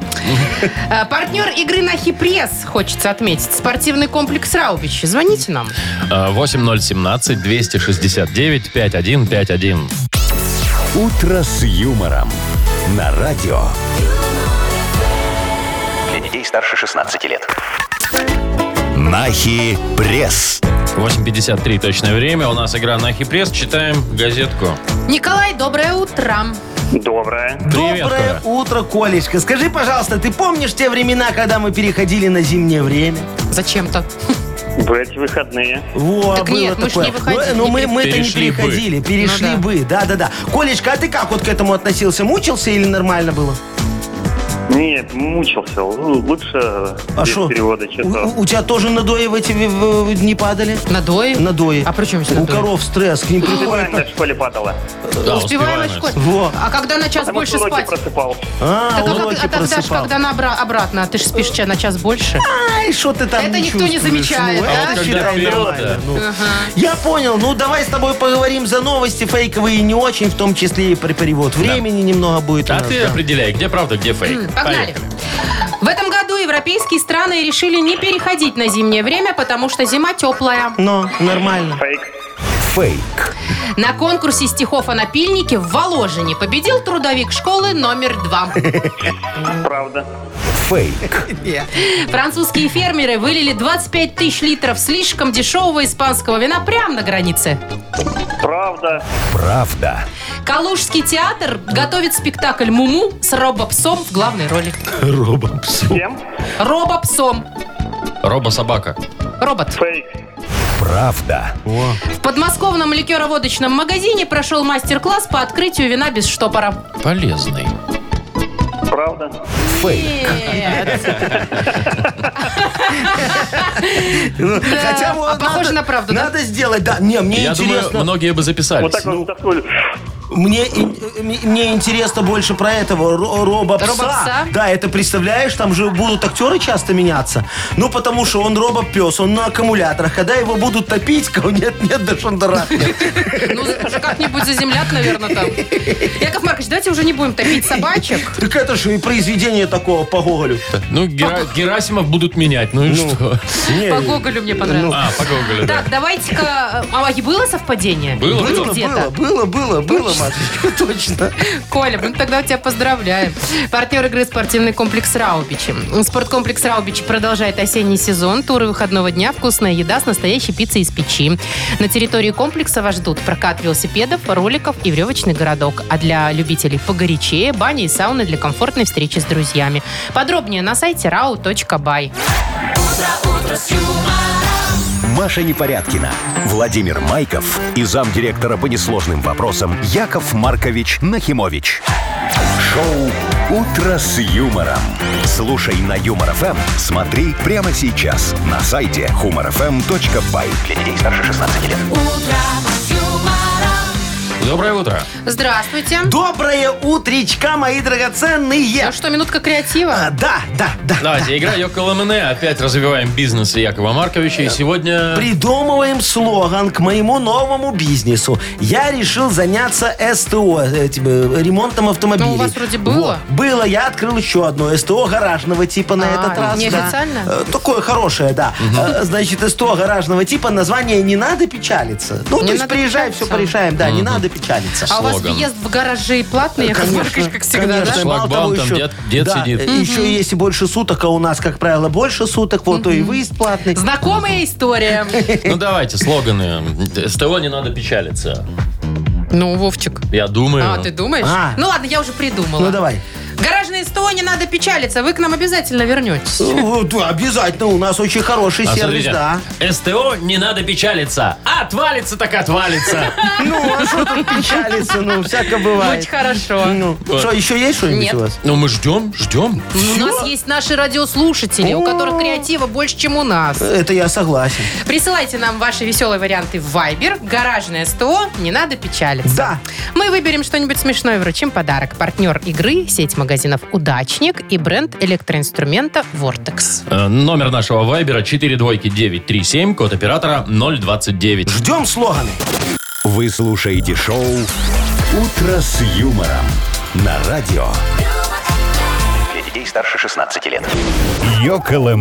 S3: А, Партнер игры на Хипресс, хочется отметить. Спортивный комплекс Раубич. Звоните нам.
S2: А, 8017-269-5151.
S1: «Утро с юмором» на радио.
S5: Для детей старше 16 лет.
S1: Нахи пресс.
S2: 8.53 точное время. У нас игра на пресс. Читаем газетку.
S3: Николай, доброе утро.
S6: Доброе.
S2: Привет, Коля.
S4: Доброе утро, Колечка. Скажи, пожалуйста, ты помнишь те времена, когда мы переходили на зимнее время?
S3: Зачем-то.
S6: В эти выходные.
S4: Во,
S3: Так
S4: было
S3: нет, мы ж
S4: такое.
S3: не выходили,
S4: Ну, ну, мы,
S3: пере-
S4: мы это не
S2: Перешли бы.
S4: переходили, перешли
S3: Ну да.
S4: бы. Да-да-да. Колечка, а ты как вот к этому относился? Мучился или нормально было?
S6: Нет, мучился. Л- Лучше
S4: А
S6: без
S4: шо?
S6: перевода
S4: У,
S6: часов.
S4: у- у тебя тоже надои в эти в- в- дни падали?
S3: Надои?
S4: Надои.
S3: А при чем здесь
S4: У
S3: надои?
S4: коров стресс, к ним приходит.
S6: Специально в школе падала. А
S2: Да,
S3: Успеваемость в
S2: успеваемость.
S3: школе.
S4: Во.
S3: А когда на час
S6: Потому
S3: больше
S6: что уроки
S3: спать?
S6: просыпал.
S4: А,
S3: Так а, как-
S4: уроки
S3: а тогда же,
S4: просыпал.
S3: когда на обра- обратно, а ты же спишь ча- на час больше.
S4: Ай, что ты там
S3: Это
S4: не
S3: никто не
S4: чувствуешь?
S3: замечает,
S4: Ну,
S3: да?
S4: это
S3: А
S2: когда
S4: считай
S2: вперед,
S4: нормально,
S2: да.
S4: ну. Я понял. Ну, давай с тобой поговорим за новости фейковые и не очень, в том числе и про перевод. Времени немного будет у
S2: А
S4: нас,
S2: ты
S4: да.
S2: определяй, где правда, где фейк.
S3: Погнали. В этом году европейские страны решили не переходить на зимнее время, потому что зима теплая.
S4: Но нормально.
S6: Фейк.
S1: Фейк.
S3: На конкурсе стихов о напильнике в Воложине победил трудовик школы номер два.
S6: Правда.
S1: Фейк.
S3: Французские фермеры вылили 25 тысяч литров слишком дешевого испанского вина прямо на границе.
S6: Правда.
S1: Правда.
S3: Калужский театр готовит спектакль «Муму» с робопсом в главной роли.
S6: Кем?
S3: Робопсом.
S2: Робо-собака.
S3: Робот.
S6: Фейк.
S1: Правда.
S3: В подмосковном ликероводочном магазине прошел мастер-класс по открытию вина без штопора.
S2: Полезный.
S6: Правда.
S1: Фейк.
S3: Нет.
S4: Ну, Хотя
S3: а
S4: вот
S3: похоже
S4: надо-
S3: на правду, да?
S4: Надо сделать, да. Не, мне
S2: Я думаю,
S4: интересно.
S2: многие бы записались.
S6: Вот так
S4: Ну.
S6: вот вздохнули.
S4: Мне, ин- э, м- мне интересно больше про этого ро- робопса.
S3: Робопса?
S4: Да, это представляешь, там же будут актеры часто меняться. Ну, потому что он робопес, он на аккумуляторах. Когда его будут топить, кого нет, нет, до шандара.
S3: Ну, за- как-нибудь заземлят, наверное, там. Яков Маркович, давайте уже не будем топить собачек.
S4: Так это же и произведение такого по Гоголю.
S2: Ну, Гера- Герасимов будут менять. Ну и что?
S4: Не,
S3: По Гоголю мне понравилось.
S2: А, по Гоголю, да.
S3: Так, давайте-ка... А и было совпадение?
S2: Было,
S3: Были
S2: было.
S3: где-то?
S4: Было, было, было, было, Машечка, точно.
S3: Коля, мы тогда тебя поздравляем. Партнер игры спортивный комплекс «Раубичи». Спорткомплекс «Раубичи» продолжает осенний сезон. Туры выходного дня, вкусная еда с настоящей пиццей из печи. На территории комплекса вас ждут прокат велосипедов, роликов и веревочный городок. А для любителей погорячее – бани и сауны для комфортной встречи с друзьями. Подробнее на сайте rau.by.
S1: Маша Непорядкина, Владимир Майков и замдиректора по несложным вопросам Яков Маркович Нахимович. Шоу «Утро с юмором». Слушай на Юмор ФМ, смотри прямо сейчас на сайте humorfm.by. Для детей старше 16 лет.
S2: Доброе утро.
S3: Здравствуйте.
S4: Доброе утречка, мои драгоценные.
S3: Ну что, минутка креатива?
S4: А, Да, да, да.
S2: Давайте, игра Йоколо Мене. Опять развиваем бизнес Якова Марковича. И сегодня...
S4: Придумываем слоган к моему новому бизнесу. Я решил заняться СТО, э, типа, ремонтом автомобилей.
S3: Ну, у вас вроде было.
S4: Во, было, я открыл еще одно СТО гаражного типа на
S3: А,
S4: этот раз. да.
S3: неофициально?
S4: Э, Такое хорошее, да. Э, Значит, СТО гаражного типа, название «Не надо печалиться». Ну,
S3: Не
S4: то есть
S3: надо
S4: приезжай,
S3: печалиться.
S4: все порешаем, да, не надо печалиться.
S3: А у вас
S2: слоган.
S3: въезд в гаражи платный, Яков Маркович, как всегда, да?
S4: конечно. Мало
S2: Шлагбаум, там
S4: еще-
S2: дед- дед
S4: да,
S2: сидит.
S4: э, Еще если больше суток, а у нас, как правило, больше суток, вот то и выезд платный.
S3: Знакомая история.
S4: *laughs*
S2: Ну давайте, слоганы. СТО не надо печалиться.
S3: Ну, Вовчик.
S2: Я думаю.
S3: А, ты думаешь?
S4: А.
S3: Ну ладно, я уже придумала.
S4: Ну, давай.
S3: Гаражные СТО, не надо печалиться, вы к нам обязательно вернетесь.
S4: Ну, да, обязательно, у нас очень хороший
S2: А,
S4: сервис,
S2: смотрите,
S4: да.
S2: СТО не надо печалиться. Отвалится так отвалится.
S4: Ну, а что тут печалиться, ну, всяко
S3: Очень
S4: бывает.
S3: хорошо.
S4: Ну, что, еще есть что-нибудь
S3: Нет.
S4: у вас?
S2: Ну мы ждем, ждем.
S3: У нас есть наши радиослушатели, у которых креатива больше, чем у нас.
S4: Это я согласен.
S3: Присылайте нам ваши веселые варианты в Viber. Гаражное СТО, не надо печалиться.
S4: Да.
S3: Мы выберем что-нибудь смешное и вручим подарок. Партнер игры, сеть магазинов «Удачник» и бренд электроинструмента «Вортекс».
S2: Э, Номер нашего вайбера 42937, код оператора 029.
S4: Ждем слоганы.
S1: Вы слушаете шоу «Утро с юмором» на радио
S5: Для детей старше 16 лет.
S1: Йоколэ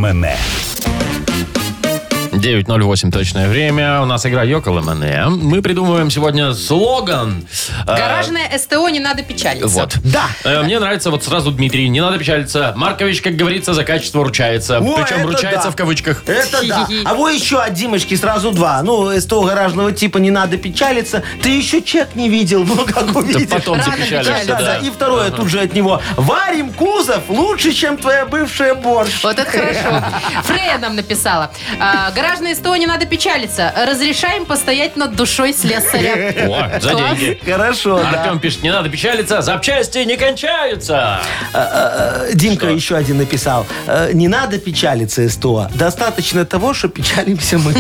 S2: 9.08 точное время. У нас игра Йокола Мене. Мы придумываем сегодня слоган.
S3: А.
S2: Э,
S3: Гаражное СТО, не надо печалиться.
S2: Вот.
S4: Да.
S2: Э, Мне нравится вот сразу Дмитрий. Не надо печалиться. Маркович, как говорится, за качество ручается.
S4: О,
S2: Причем
S4: это
S2: ручается
S4: да.
S2: в кавычках.
S4: Это да. А вот еще от Димочки сразу два. Ну, СТО гаражного типа не надо печалиться. Ты еще чек не видел, ну как увидишь.
S2: потом
S3: Рано
S2: запечалишься.
S3: печалиться,
S4: Да, да.
S2: Да.
S4: И второе тут же от него. Варим кузов лучше, чем твоя бывшая борщ.
S3: Вот это хорошо. Фрея нам написала. А, Важно, из того не надо печалиться. Разрешаем постоять над душой слесаря.
S2: О, за
S3: Класс.
S2: деньги.
S4: Хорошо, э, да.
S2: Артем пишет, не надо печалиться, запчасти не кончаются.
S4: Э, Димка еще один написал. Э, Не надо печалиться, СТО. Достаточно того, что печалимся
S3: *laughs*
S4: мы.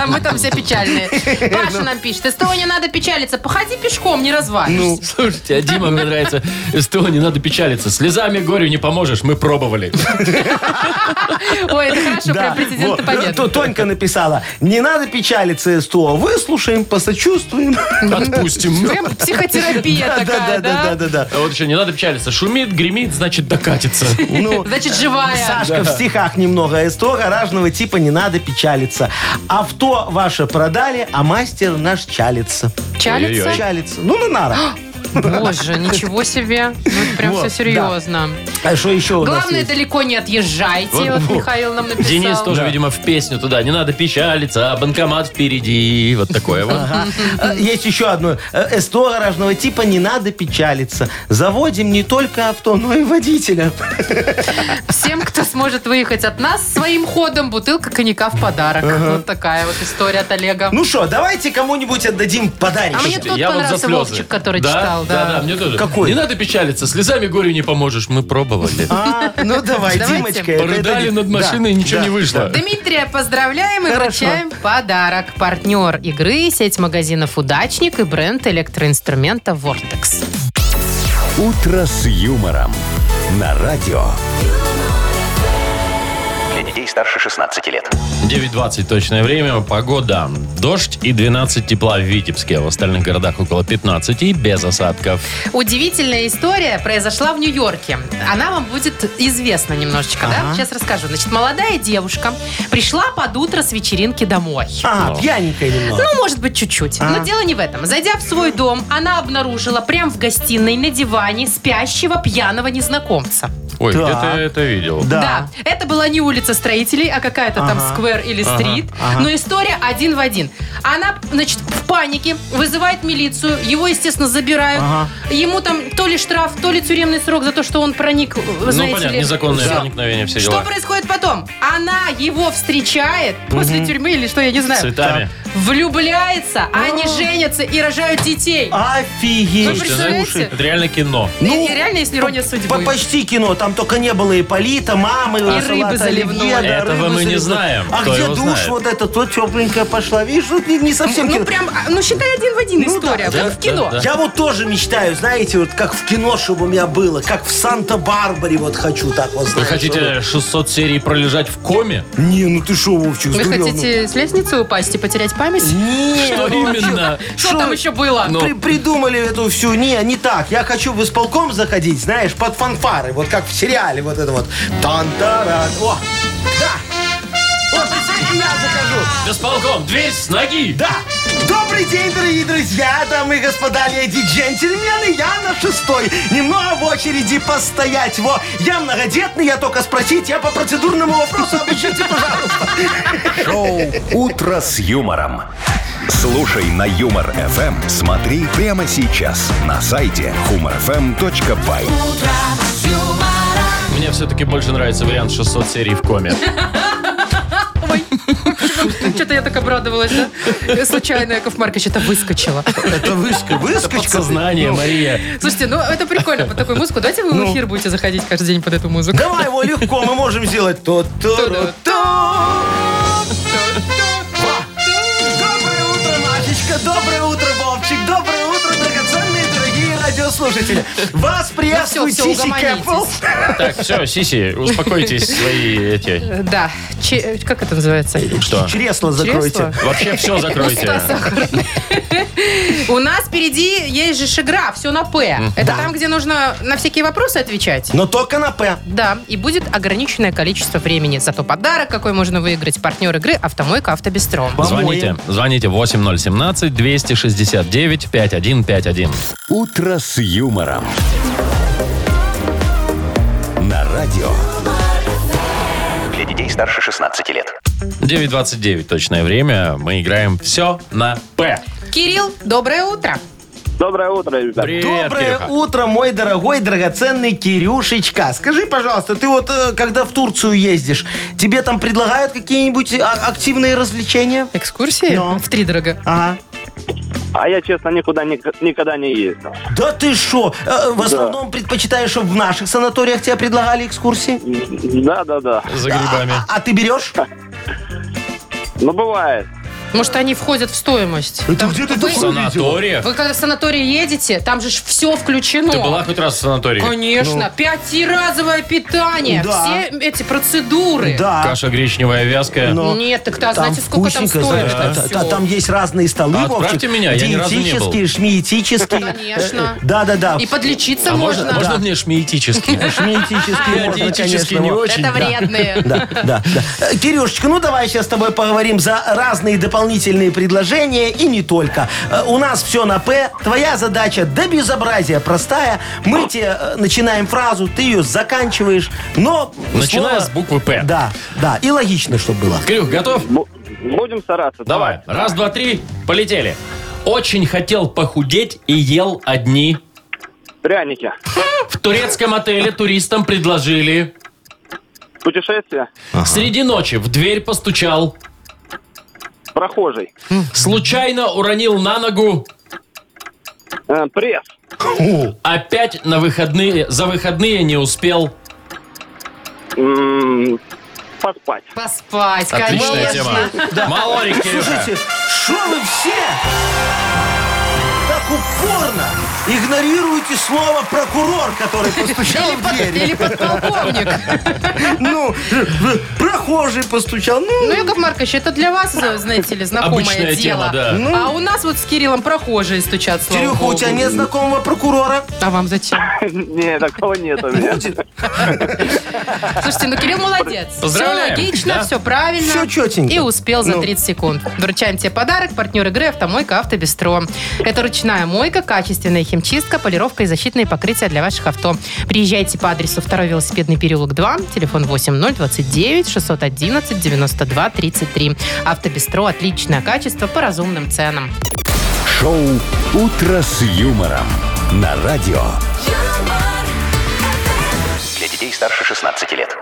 S3: А мы там все печальные. Паша нам пишет, из того не надо печалиться. Походи пешком, не развалишься.
S2: Слушайте, а Дима мне нравится. СТО, не надо печалиться. Слезами горю не поможешь, мы пробовали.
S3: Ой, это хорошо,
S4: Да,
S3: прям президент
S4: вот.
S3: победы.
S4: То- Тонька написала. Не надо печалиться, СТО. Выслушаем, посочувствуем.
S2: Отпустим. ну».
S3: Прям психотерапия такая, да?
S4: да.
S2: А вот еще не надо печалиться. Шумит, гремит, значит докатится.
S4: Ну,
S3: Значит, живая.
S4: Сашка, в стихах немного. СТО гаражного типа не надо печалиться. Авто ваше продали, а мастер наш чалится.
S3: Чалится?
S2: Ой.
S4: Чалится. Ну, на нарах.
S3: Боже, ничего себе. Ну, это прям все
S4: Вот, да.
S3: серьезно.
S4: А что еще у нас
S3: Главное,
S4: есть?
S3: далеко не отъезжайте.
S2: Вот,
S3: Вот
S2: вот.
S3: Михаил нам написал.
S2: Денис тоже, видимо, в песню туда. Не надо печалиться, а банкомат впереди. Вот такое вот.
S4: Э, Есть еще одно. Э, СТО гаражного типа не надо печалиться. Заводим не только авто, но и водителя.
S3: Всем, кто сможет выехать от нас своим ходом, бутылка коньяка в подарок. Вот такая вот история от Олега.
S4: Ну что, давайте кому-нибудь отдадим подарочек.
S3: А мне тут
S2: Я вот за
S3: понравился
S2: слезы.
S3: Вовчик, который читал, да.
S2: Да, да, мне тоже.
S4: Какой?
S2: Не надо печалиться, слезами горю не поможешь, мы пробовали.
S4: А, ну давай,
S3: Давайте.
S4: Димочка. это-
S2: Порыдали
S4: это-
S2: над
S4: да,
S2: машиной, ничего
S4: да,
S2: не вышло.
S3: Дмитрия поздравляем и
S4: Хорошо.
S3: вручаем подарок. Партнер игры, сеть магазинов «Удачник» и бренд электроинструмента «Вортекс».
S1: «Утро с юмором» на радио.
S5: Для детей старше 16 лет.
S2: 9.20 точное время, погода. Дождь и 12 тепла в Витебске, а в остальных городах около 15 и без осадков.
S3: Удивительная история произошла в Нью-Йорке. Она вам будет известна немножечко, да? Сейчас расскажу. Значит, молодая девушка пришла под утро с вечеринки домой.
S4: А, пьяненькая немного.
S3: Ну, может быть, чуть-чуть. Но дело не в этом. Зайдя в свой дом, она обнаружила прям в гостиной на диване спящего пьяного незнакомца.
S2: Ой,
S4: Так.
S2: где-то я это видел.
S3: Ну,
S4: Да.
S3: Это была не улица строителей, а какая-то там сквер или стрит. Но история один в один. Она, значит, в панике вызывает милицию. Его, естественно, забирают. Ему там то ли штраф, то ли тюремный срок за то, что он проник, вы
S2: Ну,
S3: знаете
S2: понятно,
S3: ли.
S2: незаконное
S3: Всё.
S2: проникновение, все
S3: Что
S2: дела.
S3: происходит потом? Она его встречает после тюрьмы или что, я не знаю.
S2: Цветами.
S3: Влюбляется, они женятся и рожают детей.
S4: А, Офигеть.
S3: Вы
S2: Слушайте, знаете,
S3: представляете?
S2: ну, Это реально кино.
S4: ну,
S3: И реально, если ирония судьбы.
S4: По- почти кино. Там только не было Иполита, мамы,
S3: рыбы
S4: салата оливье,
S3: заливной.
S4: да,
S2: Этого мы
S4: рыбы
S2: не
S4: заливной.
S2: знаем,
S4: А
S2: кто
S4: где
S2: его
S4: душ
S2: знает.
S4: вот этот? Вот тепленькая пошла. Видишь, вот не, не совсем кино.
S3: Ну, прям, а, ну, считай, один в один
S4: Ну, да,
S3: история.
S2: да,
S3: Как в кино.
S2: да, да.
S4: Я вот тоже мечтаю, знаете, вот как в кино, чтобы у меня было, как в Санта-Барбаре вот хочу так вот.
S2: Вы
S4: знаешь,
S2: хотите 600 серий пролежать в коме?
S4: вот. Не, ну ты шо, Вовчик,
S3: Вы
S4: сдурел, ну.
S3: хотите с лестницы упасть и потерять память?
S4: Не,
S2: Что
S4: ну,
S2: именно?
S3: Что
S4: шо
S3: там
S4: вы
S3: еще было?
S2: Ну.
S4: при- придумали эту всю. Не, не так. Я хочу в исполком заходить, знаешь, под фанфары. Вот как в сериале вот это вот. Тантаран. О, да. Вот представляете, я захожу.
S2: Бесполком, дверь с ноги!
S4: Да! Добрый день, дорогие друзья, дамы и господа, леди, джентльмены, я на шестой. Немного в очереди постоять, во. Я многодетный, я только спросить, я по процедурному вопросу обучите, пожалуйста.
S1: Шоу «Утро с юмором». Слушай на Юмор ФМ. Смотри прямо сейчас на сайте humorfm.by.
S2: Мне все-таки больше нравится вариант 600 серий в коме.
S3: Ой, что-то я так обрадовалась, да? *laughs* Случайно Яков Маркович это выскочило.
S4: Это выска, выскочка.
S2: Подсознание, Мария.
S3: Слушайте, ну это прикольно под такую музыку. Давайте вы в эфир будете заходить каждый день под эту музыку.
S4: Давай его легко, мы можем сделать. то то Доброе утро, Машечка! Доброе утро, Вовчик! Доброе утро, драгоценные дорогие радиослушатели! Вас приветствует
S3: Ну всё,
S4: Сиси
S3: угомонитесь.
S4: Кэппл!
S2: Так, все, Сиси, успокойтесь свои эти...
S3: Э, Да. Че- Как это называется?
S2: Что?
S4: Чресло
S3: Чресло?
S4: закройте.
S2: Вообще все закройте.
S3: У нас впереди есть же игра, все на П. Это там, где нужно на всякие вопросы отвечать.
S4: Но только на П.
S3: Да, и будет ограниченное количество времени. Зато подарок, какой можно выиграть, партнер игры «Автомойка Автобестро».
S2: Звоните, звоните 8017-269-5151.
S1: «Утро с юмором». На радио
S5: Для детей старше 16 лет.
S2: 9.29 точное время. Мы играем все на П.
S3: Кирилл, доброе утро.
S6: Доброе утро, ребята.
S2: Привет,
S4: Доброе
S2: Кирюха.
S4: утро, мой дорогой, драгоценный Кирюшечка. Скажи, пожалуйста, ты вот э, когда в Турцию ездишь, тебе там предлагают какие-нибудь а- активные развлечения?
S3: Экскурсии?
S4: Да.
S3: В три дорога.
S4: Ага.
S6: А я, честно, никуда ни- никогда не ездил.
S4: Да ты что? В основном предпочитаешь, чтобы в наших санаториях тебе предлагали экскурсии?
S6: Да, да, да.
S2: За грибами.
S4: А, а ты берешь?
S6: Ну, бывает.
S3: Может, они входят в стоимость?
S4: Это где ты
S3: вы-
S2: В
S4: такое видела?
S2: санаториях?
S3: Вы когда в санаторий едете, там же все включено.
S2: Ты была хоть раз в Ну. санатории?
S3: Конечно. Пятиразовое питание.
S4: Да.
S3: Все эти процедуры.
S4: Да.
S2: Каша гречневая, вязкая.
S4: Но
S3: Нет, так да, знаете, сколько там
S4: вкусненько,
S3: стоит?
S4: знаешь,
S3: это
S4: та- та-
S3: всё?
S4: Там есть разные столы,
S2: А отправьте
S4: Вовчик.
S2: меня, я ни разу не был.
S4: Диетические, шмиетические. Э,
S3: Конечно.
S4: Да-да-да.
S3: И подлечиться
S2: А можно,
S3: можно.
S2: можно мне шмеетически?
S4: Шмиетические можно,
S2: Диетически
S4: конечно,
S2: не
S4: вот.
S2: очень.
S3: Это вредные.
S4: Да, да, да. Э, Кирюшечка, ну давай сейчас с тобой поговорим за разные дополнительные предложения и не только. Э, У нас все на «П». Твоя задача до безобразия простая. Мы тебе э, начинаем фразу, ты ее заканчиваешь, но...
S2: Начиная
S4: слово-
S2: с буквы «П».
S4: Да, да. И логично, чтобы было.
S2: Кирюх, готов?
S6: Бу- Будем стараться.
S2: Давай. А, Раз, два, три. Полетели. Очень хотел похудеть и ел одни.
S6: Пряники.
S2: В турецком отеле туристам предложили.
S6: Путешествие.
S2: Среди ночи в дверь постучал.
S6: Прохожий.
S2: Случайно уронил на ногу.
S6: Э, Пресс.
S2: Опять на выходные, за выходные не успел.
S6: М, М-м-м. Поспать. *laughs*
S3: Поспать,
S2: Отличная тема.
S3: конечно.
S2: Малорик, Кирюха.
S4: Слушайте, что вы все так упорно игнорируете слово «прокурор»,
S3: *laughs*
S4: который постучал
S3: Или,
S4: в
S3: под-
S4: дверь?
S3: или подполковник.
S4: Ну, э, прохожий постучал.
S3: Ну,
S4: Ну,
S3: Яков Маркович, это для вас, знаете ли, знакомое
S2: Обычная тема,
S3: дело.
S2: да. Ну.
S3: А у нас вот с Кириллом прохожие стучат, слава
S4: Кирюха, у
S3: богу.
S4: тебя нет знакомого прокурора?
S3: А вам зачем?
S6: Не, такого нет у меня.
S4: Будет.
S3: Слушайте, ну Кирилл молодец.
S2: Поздравляем,
S3: Все логично,
S2: да?
S3: все правильно.
S4: Всё чётенько.
S3: И успел за
S4: Ну.
S3: 30 секунд. Вручаем тебе подарок. Партнер игры «Автомойка Автобестро». Это ручная мойка, качественная химчистка, полировка и защитные покрытия для ваших авто. Приезжайте по адресу 2 велосипедный переулок 2, телефон 8029 611 92 33. Автобестро – отличное качество по разумным ценам.
S1: Шоу «Утро с юмором» на радио.
S5: Для детей старше 16 лет.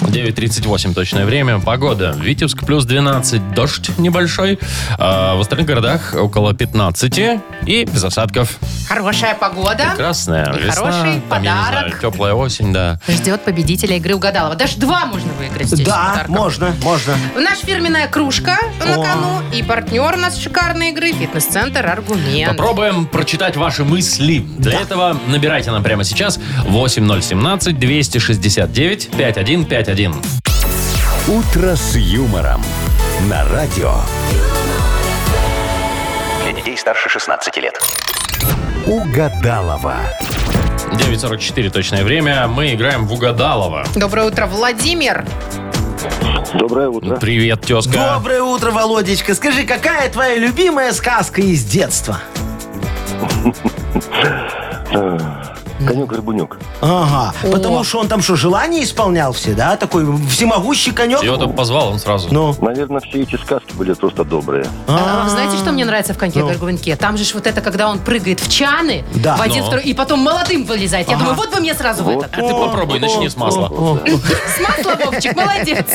S2: 9.38 точное время. Погода. Витебск плюс 12. Дождь небольшой. А в остальных городах около 15. И без осадков.
S3: Хорошая погода.
S2: Прекрасная
S3: А? И
S2: весна.
S3: хороший
S2: там, я не знаю,
S3: подарок.
S2: теплая осень, да.
S3: Ждет победителя игры «Угадалова». Даже два можно выиграть здесь.
S4: Да,
S3: подарков.
S4: можно, можно.
S3: Наша фирменная кружка на
S4: О.
S3: кону и партнер у нас шикарной игры «Фитнес-центр Аргумент».
S2: Попробуем прочитать ваши мысли. Для этого набирайте нам прямо сейчас 8017-269-5151.
S1: «Утро с юмором» на радио.
S5: Для детей старше 16 лет.
S1: Угадалова.
S2: 9.44 точное время. Мы играем в Угадалова.
S3: Доброе утро, Владимир.
S6: Доброе утро.
S2: Привет, тезка.
S4: Доброе утро, Володечка. Скажи, какая твоя любимая сказка из детства?
S6: Конек-горбунек.
S4: Ага,
S3: О.
S4: потому что он там что, желание исполнял все, да? Такой всемогущий конек.
S2: Его там позвал, он сразу.
S4: Ну,
S6: Наверное, все эти сказки были просто добрые.
S3: А, Знаете, что мне нравится в коньке горгунке? Там же ж вот это, когда он прыгает в чаны,
S4: Ну. Да.
S3: в один,
S2: Но.
S3: второй, и потом молодым вылезает. Я думаю, вот бы мне сразу в этот.
S2: А ты попробуй, начни с масла.
S3: С масла, Вовчик, молодец.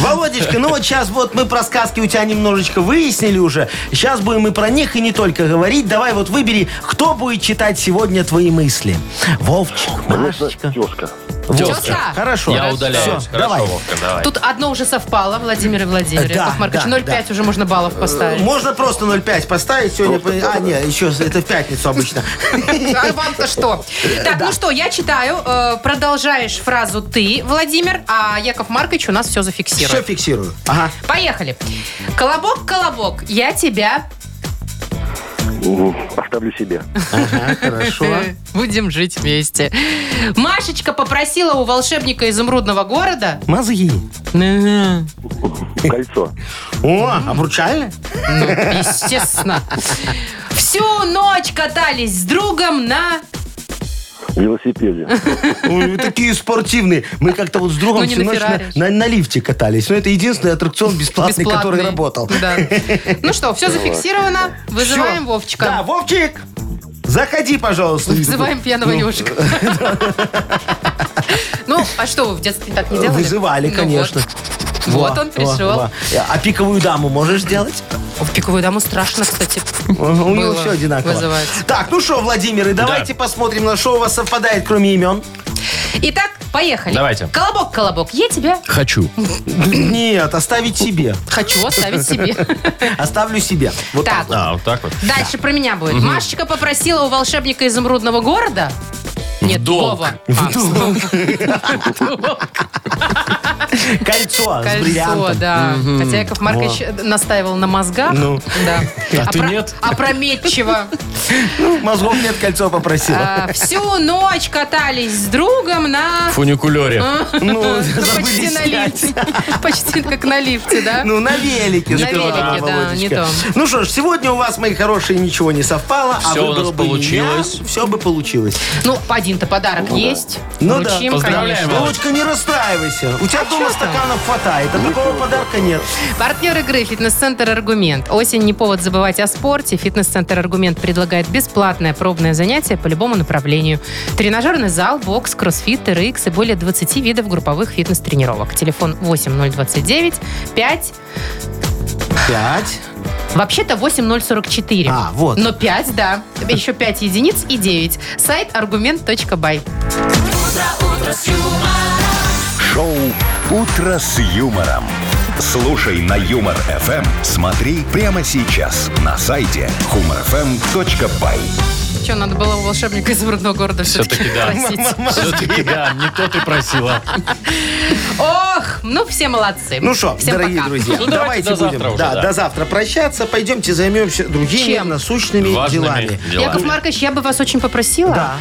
S4: Володечка, ну вот сейчас вот мы про сказки у тебя немножечко выяснили уже. Сейчас будем и про них, и не только говорить. Давай вот выбери, кто будет читать сегодня твои мысли. Вовчик, Машечка.
S6: тезка.
S3: Тёзка?
S4: Хорошо.
S2: Я удаляюсь.
S4: Всё,
S2: Хорошо,
S4: давай.
S2: Вовка, давай.
S3: Тут одно уже совпало, Владимир и Владимир.
S4: Да,
S3: Яков Маркович,
S4: да, Э,
S3: 0,5 уже можно баллов поставить.
S4: Можно просто 0,5 поставить сегодня. а, нет, еще это в
S3: *laughs*
S4: пятницу обычно.
S3: А вам-то что?
S4: Э,
S3: Так, ну что, я читаю. Э, Продолжаешь фразу ты, Владимир, а Яков Маркович у нас все зафиксирует.
S4: Все фиксирую. Ага.
S3: Поехали. Колобок, колобок, я тебя...
S6: Оставлю себе. *laughs*
S3: А,
S4: Хорошо.
S3: Э, Будем жить вместе. Машечка попросила у волшебника изумрудного города...
S4: Мозги.
S6: Кольцо.
S4: О, обручально?
S3: Естественно. Всю ночь катались с другом на...
S7: велосипеде.
S4: Ой, вы такие спортивные. Мы как-то вот с другом
S3: Ну, не
S4: всю
S3: на
S4: ночь на,
S3: Феррари.
S4: на- на лифте катались. Но это единственный аттракцион бесплатный, который работал.
S3: Да.
S4: *laughs*
S3: Ну что, все зафиксировано. Вызываем
S4: Всё. Да,
S3: Вовчика.
S4: Вовчик, заходи, пожалуйста.
S3: Вызываем пьяного ежика. Ну, а что вы в детстве так не делали?
S4: Вызывали,
S3: Ну вот.
S4: конечно.
S3: Вот
S4: Во,
S3: он
S4: во,
S3: пришел.
S4: во. А пиковую даму можешь сделать?
S3: В пиковую даму страшно, кстати.
S4: У него
S3: Было.
S4: все одинаково.
S3: Вызывается.
S4: Так, ну что, Владимир, и давайте посмотрим, на что у вас совпадает, кроме имен. *clears throat*
S3: Итак, поехали.
S2: Давайте.
S3: Колобок, колобок, я тебя
S2: Хочу.
S4: Нет, оставить себе.
S3: хочу оставить себе.
S4: Оставлю себе. Вот
S3: Так,
S2: А, вот так вот.
S3: *laughs* дальше про меня будет. Машечка попросила у волшебника изумрудного города... Нет,
S2: долг.
S3: Вова. А, А,
S4: Кольцо, с
S3: Кольцо,
S4: бриллиантом.
S3: да. Хотя Яков Маркович настаивал на мозгах.
S4: Ну.
S3: да.
S2: А ты
S3: Опро-
S2: нет?
S3: Опрометчиво.
S4: Мозгов нет, кольцо попросила.
S3: А, Всю ночь катались с другом на...
S4: *laughs*
S2: Фуникулере.
S4: Ну,
S3: Ну,
S4: забыли
S3: почти на
S4: снять.
S3: лифте. *laughs* Почти как на лифте, да?
S4: Ну, на велике.
S3: На
S4: здорово,
S3: велике, да,
S4: Володечка.
S3: не то.
S4: Ну что ж, сегодня у вас, мои хорошие, ничего не совпало.
S2: Всё у
S4: а
S2: нас получилось.
S4: все бы получилось.
S3: Ну, один-то подарок есть.
S4: Ну да.
S3: Вручим,
S2: Поздравляем
S3: конечно.
S2: вас.
S4: Володька, не расстраивайся. У тебя дома
S3: чё там?
S4: стаканов хватает, а такого подарка нет.
S3: Партнер игры «Фитнес-центр Аргумент». Осень не повод забывать о спорте. «Фитнес-центр Аргумент» предлагает бесплатное пробное занятие по любому направлению. Тренажерный зал, бокс, кроссфит, ТРХ и более 20 видов групповых фитнес-тренировок. Телефон 8029 5...
S4: Пять.
S3: Вообще-то 8044.
S4: А, вот.
S3: Но 5, да. Еще 5 единиц и 9. Сайт аргумент.бай.
S1: Шоу «Утро с юмором». Слушай на Юмор ФМ. Смотри прямо сейчас на сайте humorfm.by.
S3: Что, надо было у волшебника из Брудного города все-таки,
S2: Всё-таки да.
S3: просить?
S4: *laughs*
S2: Все-таки, да, не то ты просила.
S3: Ох, ну все молодцы.
S4: Ну что,
S3: Всем
S4: дорогие
S3: пока.
S4: друзья,
S2: Ну, давайте до
S4: будем
S2: завтра уже,
S4: да,
S2: да.
S4: до завтра прощаться. Пойдемте займемся другими
S3: Чем?
S4: насущными
S2: Важными
S4: делами.
S2: делами.
S3: Яков Маркович, я бы вас очень попросила.
S4: Да.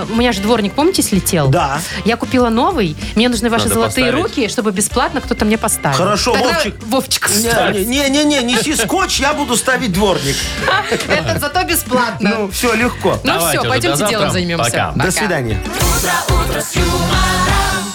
S3: Э, у меня же дворник, помните, слетел?
S4: Да.
S3: Я купила новый. Мне нужны ваши
S2: Надо
S3: золотые
S2: поставить.
S3: руки, чтобы бесплатно кто-то мне поставил.
S4: Хорошо,
S3: Тогда-
S4: Вовчик. *laughs*
S3: Вовчик,
S4: Не, не, не, не, неси скотч, я буду ставить дворник.
S3: это зато бесплатно.
S4: Ну,
S3: Ну,
S4: все, легко.
S2: Давайте
S3: все,
S2: уже, до
S3: пойдемте
S2: завтра.
S3: делом займемся.
S2: Пока.
S4: До свидания.
S8: Утро, утро с юмором.